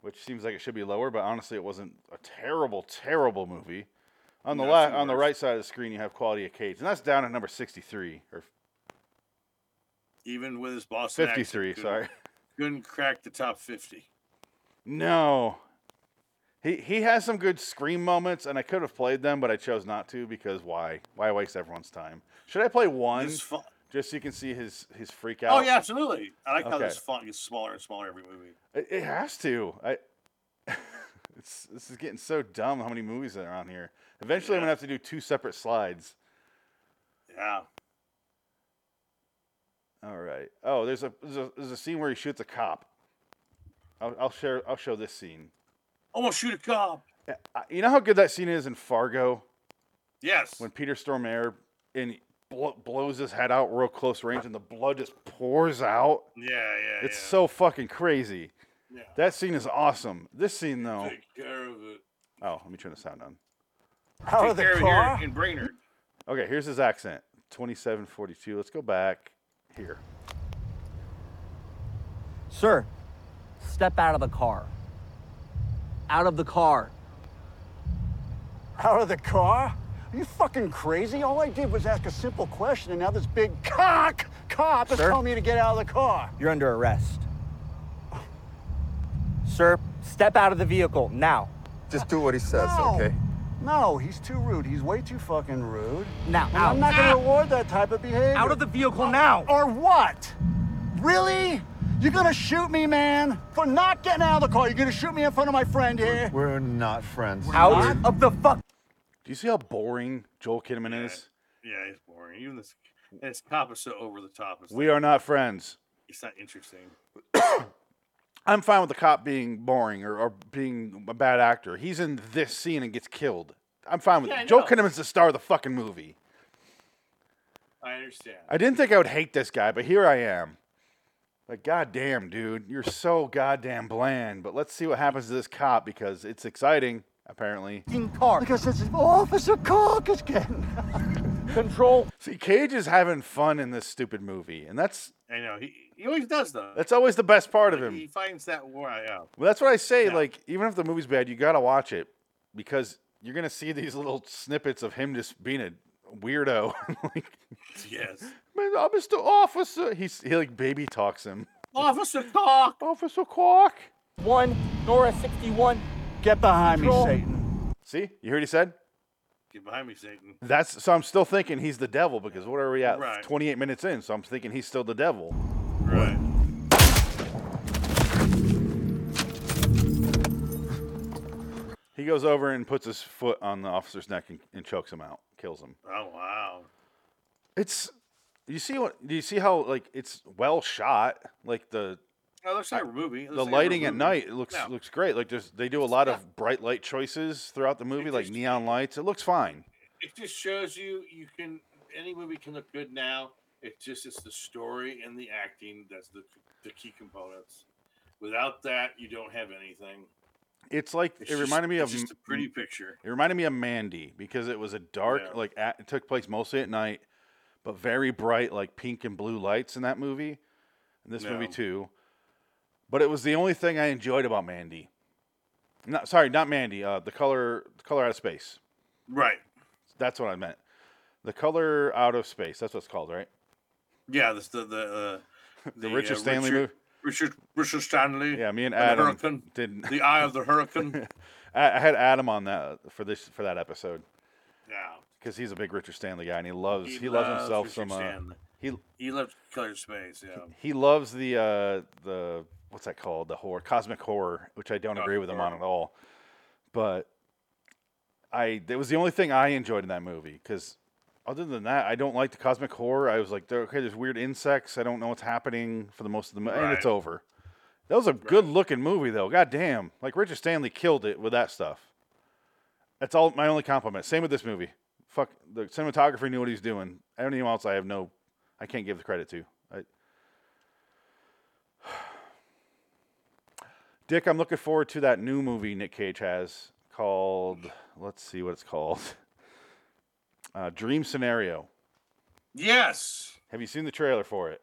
which seems like it should be lower, but honestly, it wasn't a terrible, terrible movie. On the
No,
left,
it's the
on the
worst.
right side of the screen, you have Quality of Cage, and that's down at number sixty-three or
Even with his Boston accent,
fifty-three.
couldn't-
Sorry,
couldn't crack the top fifty.
[LAUGHS] no. He he has some good scream moments, and I could have played them, but I chose not to because why? Why waste everyone's time? Should I play one
This fun-
just so you can see his his freak out?
oh yeah, absolutely. I like how
Okay.
this font gets smaller and smaller every movie.
It, it has to. I. [LAUGHS] it's, this is getting so dumb. How many movies are on here? Eventually,
Yeah.
I'm gonna have to do two separate slides.
Yeah.
All right. Oh, there's a there's a, there's a scene where he shoots a cop. I'll, I'll share. I'll show this scene.
Almost shoot a cop.
Uh, uh, You know how good that scene is in Fargo
Yes.
when Peter Stormare and he blo- blows his head out real close range and the blood just pours out.
yeah, yeah.
It's
yeah.
so fucking crazy.
Yeah.
That scene is awesome. This scene though.
Take care of it.
Oh, let me turn the sound on.
Oh,
Take care of it here in Brainerd.
Okay, here's his accent. 2742. Let's go back here.
Sir, step out of the car. Out of the car.
Out of the car? Are you fucking crazy? All I did was ask a simple question, and now this big cock cop is
Sir?
telling me to get out of the car.
You're under arrest. Sir, step out of the vehicle now.
Just do what he says,
No.
okay?
No, he's too rude. He's way too fucking rude.
Now,
And
out.
I'm not gonna
out,
reward that type of behavior.
Ah. out of the vehicle now.
Or what? Really? You're gonna shoot me, man? For not getting out of the car, you're gonna shoot me in front of my friend here?
We're not friends.
out of the fuck.
Do you see how boring Joel Kinnaman is?
Yeah, it's boring. Even this, and this cop is so over the top. It's,
We are not friends.
it's not interesting.
I'm fine with the cop being boring or, or being a bad actor. He's in this scene and gets killed. I'm fine with
Yeah, I
it. Joel
know.
Kinnaman's the star of the fucking movie.
I understand.
I didn't think I would hate this guy, but here I am. Like, goddamn, dude, you're so goddamn bland. But let's see what happens to this cop because it's exciting, apparently.
Fucking car.
Because this is Officer Cook is getting.
Control.
See, Cage is having fun in this stupid movie, and that's
I know he, he always does though.
that's always the best part of
Like,
him.
He finds that war
[LAUGHS]
out.
Well, that's what I say.
Yeah.
Like, even if the movie's bad, you gotta watch it because you're gonna see these little snippets of him just being a weirdo. [LAUGHS] like,
Yes,
"Man, I'm Mr. Officer. He's he like baby talks him.
Officer Cock.
Officer Quark.
One, Nora 61.
Get behind
Control.
me, Satan.
See, you heard he said.
Get behind me, Satan.
That's so. I'm still thinking he's the devil because what are we at?
Right.
28 minutes in, so I'm thinking he's still the devil.
Right.
He goes over and puts his foot on the officer's neck and, and chokes him out, kills him.
Oh wow.
It's you see what do you see how like it's well shot like the
Oh, looks like a movie. It looks
the
like a
lighting at
movie.
night it looks
Yeah.
looks great like there's they do a lot of bright light choices throughout the movie like
just-
neon lights it looks fine
It just shows you you can any movie can look good now. It just it's the story and the acting that's the the key components. Without that, you don't have anything.
it's like
It's
it
just-
reminded me
it's
of
just a pretty picture.
It reminded me of Mandy because it was a dark,
Yeah.
like at, it took place mostly at night, but very bright, like pink and blue lights in that movie, and this movie
Yeah.
too. But it was the only thing I enjoyed about Mandy. Not sorry, not Mandy. Uh, the color, the color out of space.
Right.
That's what I meant. The color out of space. That's what it's called, right?
Yeah. This the the uh,
The
uh,
Richard Stanley
Richard,
movie.
Richard Richard Stanley.
Yeah, me and
and the
Adam
Hurricane.
did.
The Eye of the
[LAUGHS]
Hurricane.
I, I had Adam on that for this for that episode
yeah.
because he's a big Richard Stanley guy and he loves he,
loves
loves himself
Richard
some. Uh,
Stanley.
he
He loves color space. Yeah.
He loves the uh, the what's that called? The horror, cosmic horror, which I don't agree
Cosmic
with him
horror.
on at all. But I that was the only thing I enjoyed in that movie because other than that, I don't like the cosmic horror. I was like, "There- okay, there's weird insects. I don't know what's happening for the most of the movie, and it's
Right.
over. That was a good looking movie though. God damn, like Richard Stanley killed it with that stuff. That's all my only compliment. Same with this movie. Fuck the cinematographer knew what he was doing. Anything else, I have no, I can't give the credit to. I, Dick, I'm looking forward to that new movie Nick Cage has called. Let's see what it's called. [LAUGHS] Uh, Dream Scenario.
Yes.
Have you seen the trailer for it?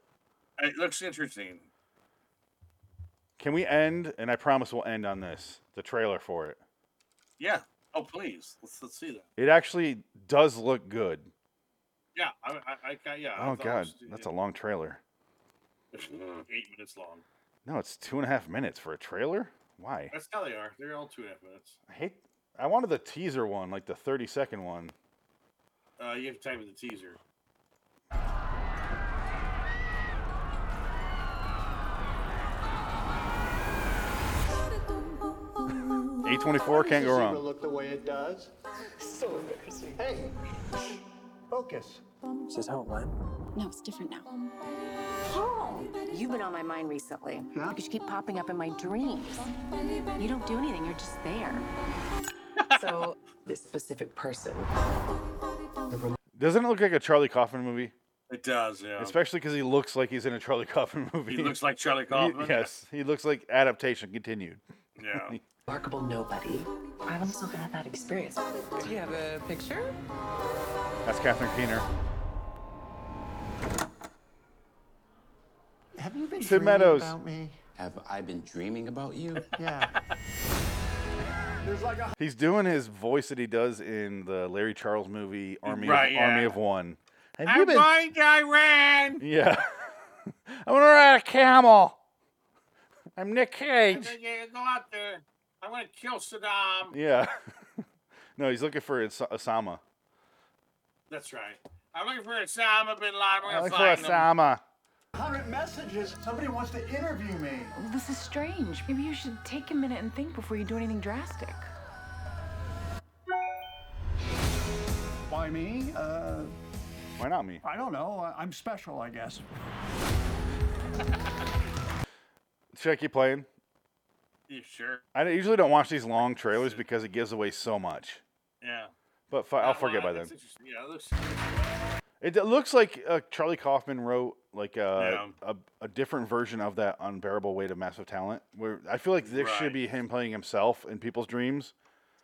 It looks interesting.
Can we end? And I promise we'll end on this. The trailer for it.
Yeah. Oh please, let's let's see that.
It actually does look good.
Yeah. I I, I- I yeah. I
Oh
thought it
god,
was-
that's a long trailer.
[LAUGHS] eight minutes long.
No, it's two and a half minutes for a trailer. Why?
That's how they are. They're all two and a half minutes.
I hate. I wanted the teaser one, like the 30 second one.
Uh, you have to type in the teaser.
A24 can't go wrong.
look the way it does. So embarrassing. Hey, focus.
No, it's different now.
You've been on my mind recently.
Yeah?
Because you keep popping up in my dreams. You don't do anything, you're just there.
[LAUGHS] So this specific person
Doesn't it look like a Charlie Kaufman movie?
It does, yeah.
Especially because he looks like he's in a Charlie [LAUGHS] Kaufman movie.
Um, he looks like Charlie
He-
Kaufman.
[LAUGHS] yes, he looks like adaptation continued.
Yeah.
remarkable nobody. I also had that experience.
Do you have a picture?
That's Catherine Keener.
Have you been
Tim
dreaming
Meadows.
about me?
Have I been dreaming about you?
Yeah.
He's doing his voice that he does in the Larry Charles movie Army
Right,
of,
yeah.
Army of One. Have you
I'm
been? [LAUGHS]
going to Iran.
Yeah. I'm gonna ride a camel. I'm Nick Cage.
[LAUGHS]
Yeah, go out there. I'm gonna kill Saddam.
Yeah. [LAUGHS] no, he's looking for Os- Osama.
That's right. I'm looking for Osama bin Laden. I'm
Looking
gonna
for
find him.
Osama.
100 messages. Somebody wants to interview me.
This is strange. Maybe you should take a minute and think before you do anything drastic.
Why me? Uh,
Why not me?
I don't know. I- I'm special, I guess.
Should I keep playing?
You sure?
I usually don't watch these long trailers because it gives away so much.
Yeah.
But fi- I'll forget by
That's
then.
interesting. Yeah, it looks.
It, it looks like uh, Charlie Kaufman wrote like uh, a,
Yeah.
a a different version of that unbearable weight of massive talent. Where I feel like this should
Right.
be him playing himself in people's dreams.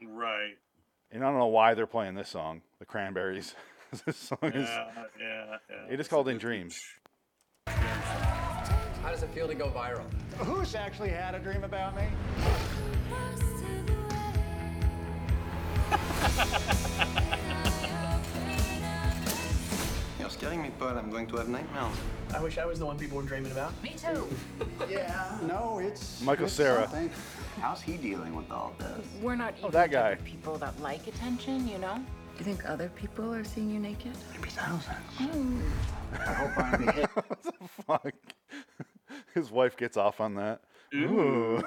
Right.
And I don't know why they're playing this song, The Cranberries. [LAUGHS] this song is
Yeah, Uh, yeah, yeah.
it is called In Dreams.
[LAUGHS] How does it feel to go viral?
Who's actually had a dream about me?
You're scaring me, but I'm going to have nightmares.
I wish I was the one people were dreaming about.
Me too.
Yeah. No, it's
Michael
it's
Cera.
something.
How's he dealing with all this?
We're not
Oh,
even
that guy.
people that like attention, you know?
Do you think other people are seeing you naked?
I hope I'm the hit.
what the [LAUGHS] fuck? His wife gets off on that. Ooh.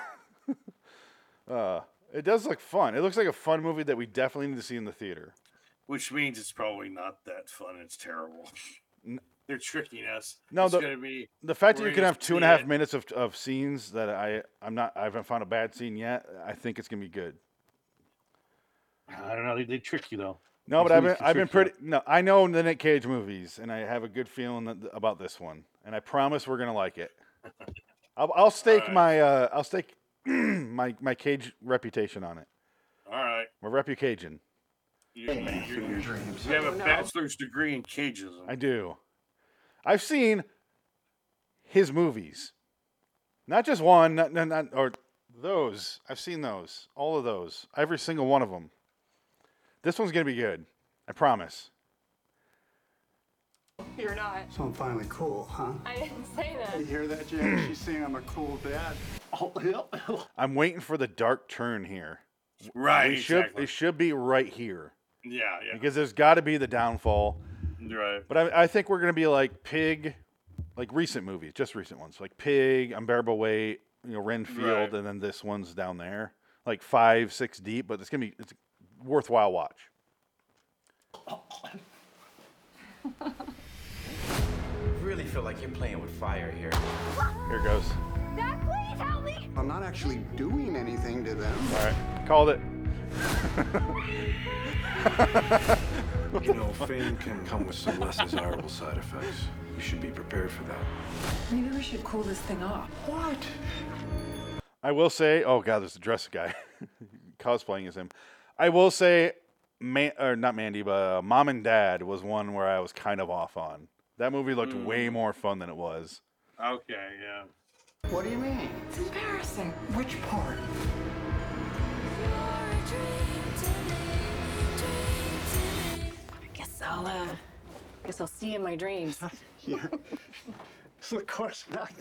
[LAUGHS] uh, it does look fun. It looks like a fun movie that we definitely need to see in the theater.
Which means it's probably not that fun. It's terrible. They're tricking us.
No,
it's
the-
gonna be
The fact that
We're
you can
gonna
have two and a
see
half
it.
minutes of, of scenes that I I'm not I haven't found a bad scene yet. I think it's gonna be good.
I don't know. They, they trick you though.
No, but
These
I've been
movies can
I've been
trick
pretty. No, I know the Nick Cage movies, and I have a good feeling that, about this one, and I promise we're gonna like it. I'll, I'll stake
Alright.
my uh, I'll stake [CLEARS THROAT] my my Cage reputation on it.
All right.
My reputation.
You, you, you, you have a bachelor's degree in cageism.
I do. I've seen his movies, not just one, not, not, not or those. I've seen those, all of those, every single one of them. This one's gonna be good. I promise.
You're not.
So I'm finally cool, huh?
I didn't say that.
You hear that,
[CLEARS THROAT]
Jay? She's saying I'm a cool dad. Oh, [LAUGHS] yep.
I'm waiting for the dark turn here.
right.
It should
exactly.
it should be right here
yeah. Yeah.
because there's got to be the downfall.
right.
But I, I think we're gonna be like Pig, like recent movies, just recent ones, like Pig, Unbearable Weight, you know, Renfield,
Right.
and then this one's down there, like five, six deep. But it's gonna be it's a worthwhile watch.
really feel like you're playing with fire here.
Here it goes.
Dad, please help me!
I'm not actually doing anything to them.
All right, called it.
You know, fame can come with some less desirable side effects. You should be prepared for that.
Maybe we should cool this thing off.
What?
I will say, oh god, there's the dress guy [LAUGHS] cosplaying as him. I will say, man, or not Mandy, but uh, Mom and Dad was one where I was kind of off on. That movie looked way more fun than it was.
Okay. Yeah.
What do you mean?
It's embarrassing.
Which part?
I guess I'll, uh, guess I'll see you in my dreams.
Yeah. it's of course not.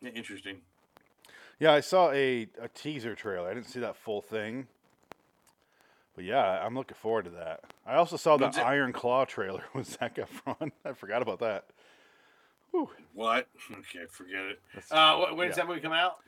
yeah interesting.
Yeah, I saw a, a teaser trailer. I didn't see that full thing. But yeah, I'm looking forward to that. I also saw the
When's it-
Iron Claw trailer [LAUGHS] with Zac Efron. I forgot about that.
What? [LAUGHS] Okay. Forget it. Uh, wh- when does
yeah.
that movie come out?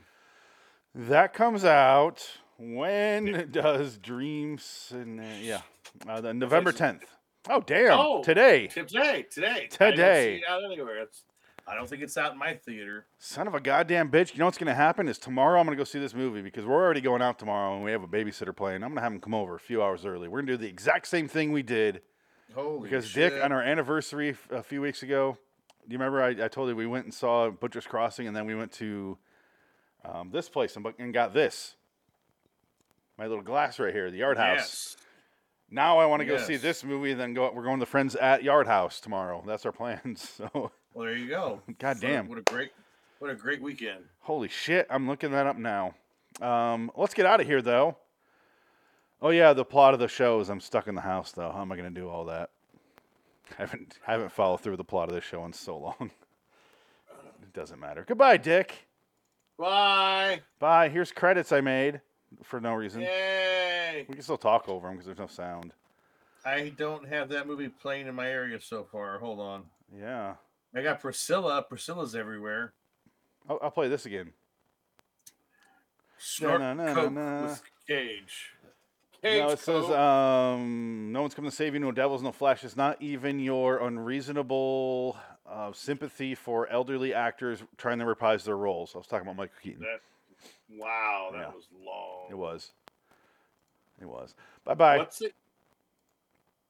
That comes out when [LAUGHS] does Dreams and yeah, uh, the November 10th. Oh damn! today,
Today. Today.
Today.
I don't see it out anywhere. It's, I don't think it's out in my theater.
son of a goddamn bitch! You know what's gonna happen is tomorrow I'm gonna go see this movie because we're already going out tomorrow and we have a babysitter playing. I'm gonna have him come over a few hours early. We're gonna do the exact same thing we did
Holy
because Dick on our anniversary f- a few weeks ago. Do you remember I, I told you we went and saw Butcher's Crossing and then we went to um, this place and, bu- and got this. My little glass right here, the Yard House.
Yes.
Now I want to go see
Yes.
this movie, and then go. We're going to friends at Yard House tomorrow. That's our plan. [LAUGHS] So,
Well, there you go.
[LAUGHS]
What
God
a-
damn.
What a great, what a great weekend.
holy shit, I'm looking that up now. Um, let's get out of here though. Oh yeah, the plot of the show is I'm stuck in the house though. How am I going to do all that? I haven't I haven't followed through with the plot of this show in so long. [LAUGHS] it doesn't matter. Goodbye, Dick.
Bye.
Bye. Here's credits I made for no reason.
Yay.
We can still talk over them because there's no sound.
I don't have that movie playing in my area so far. Hold on.
Yeah.
I got Priscilla. Priscilla's everywhere.
I'll, I'll play this again.
Snort
Na, na, na,
Coke
na.
with Cage. Cage
No, it says uh,
Coke.
um, no one's coming to save you, no devils, no flashes, not even your unreasonable uh, sympathy for elderly actors trying to reprise their roles. I was talking about Michael Keaton.
That- wow, that
Yeah.
was long.
It was. It was. Bye bye.
What's it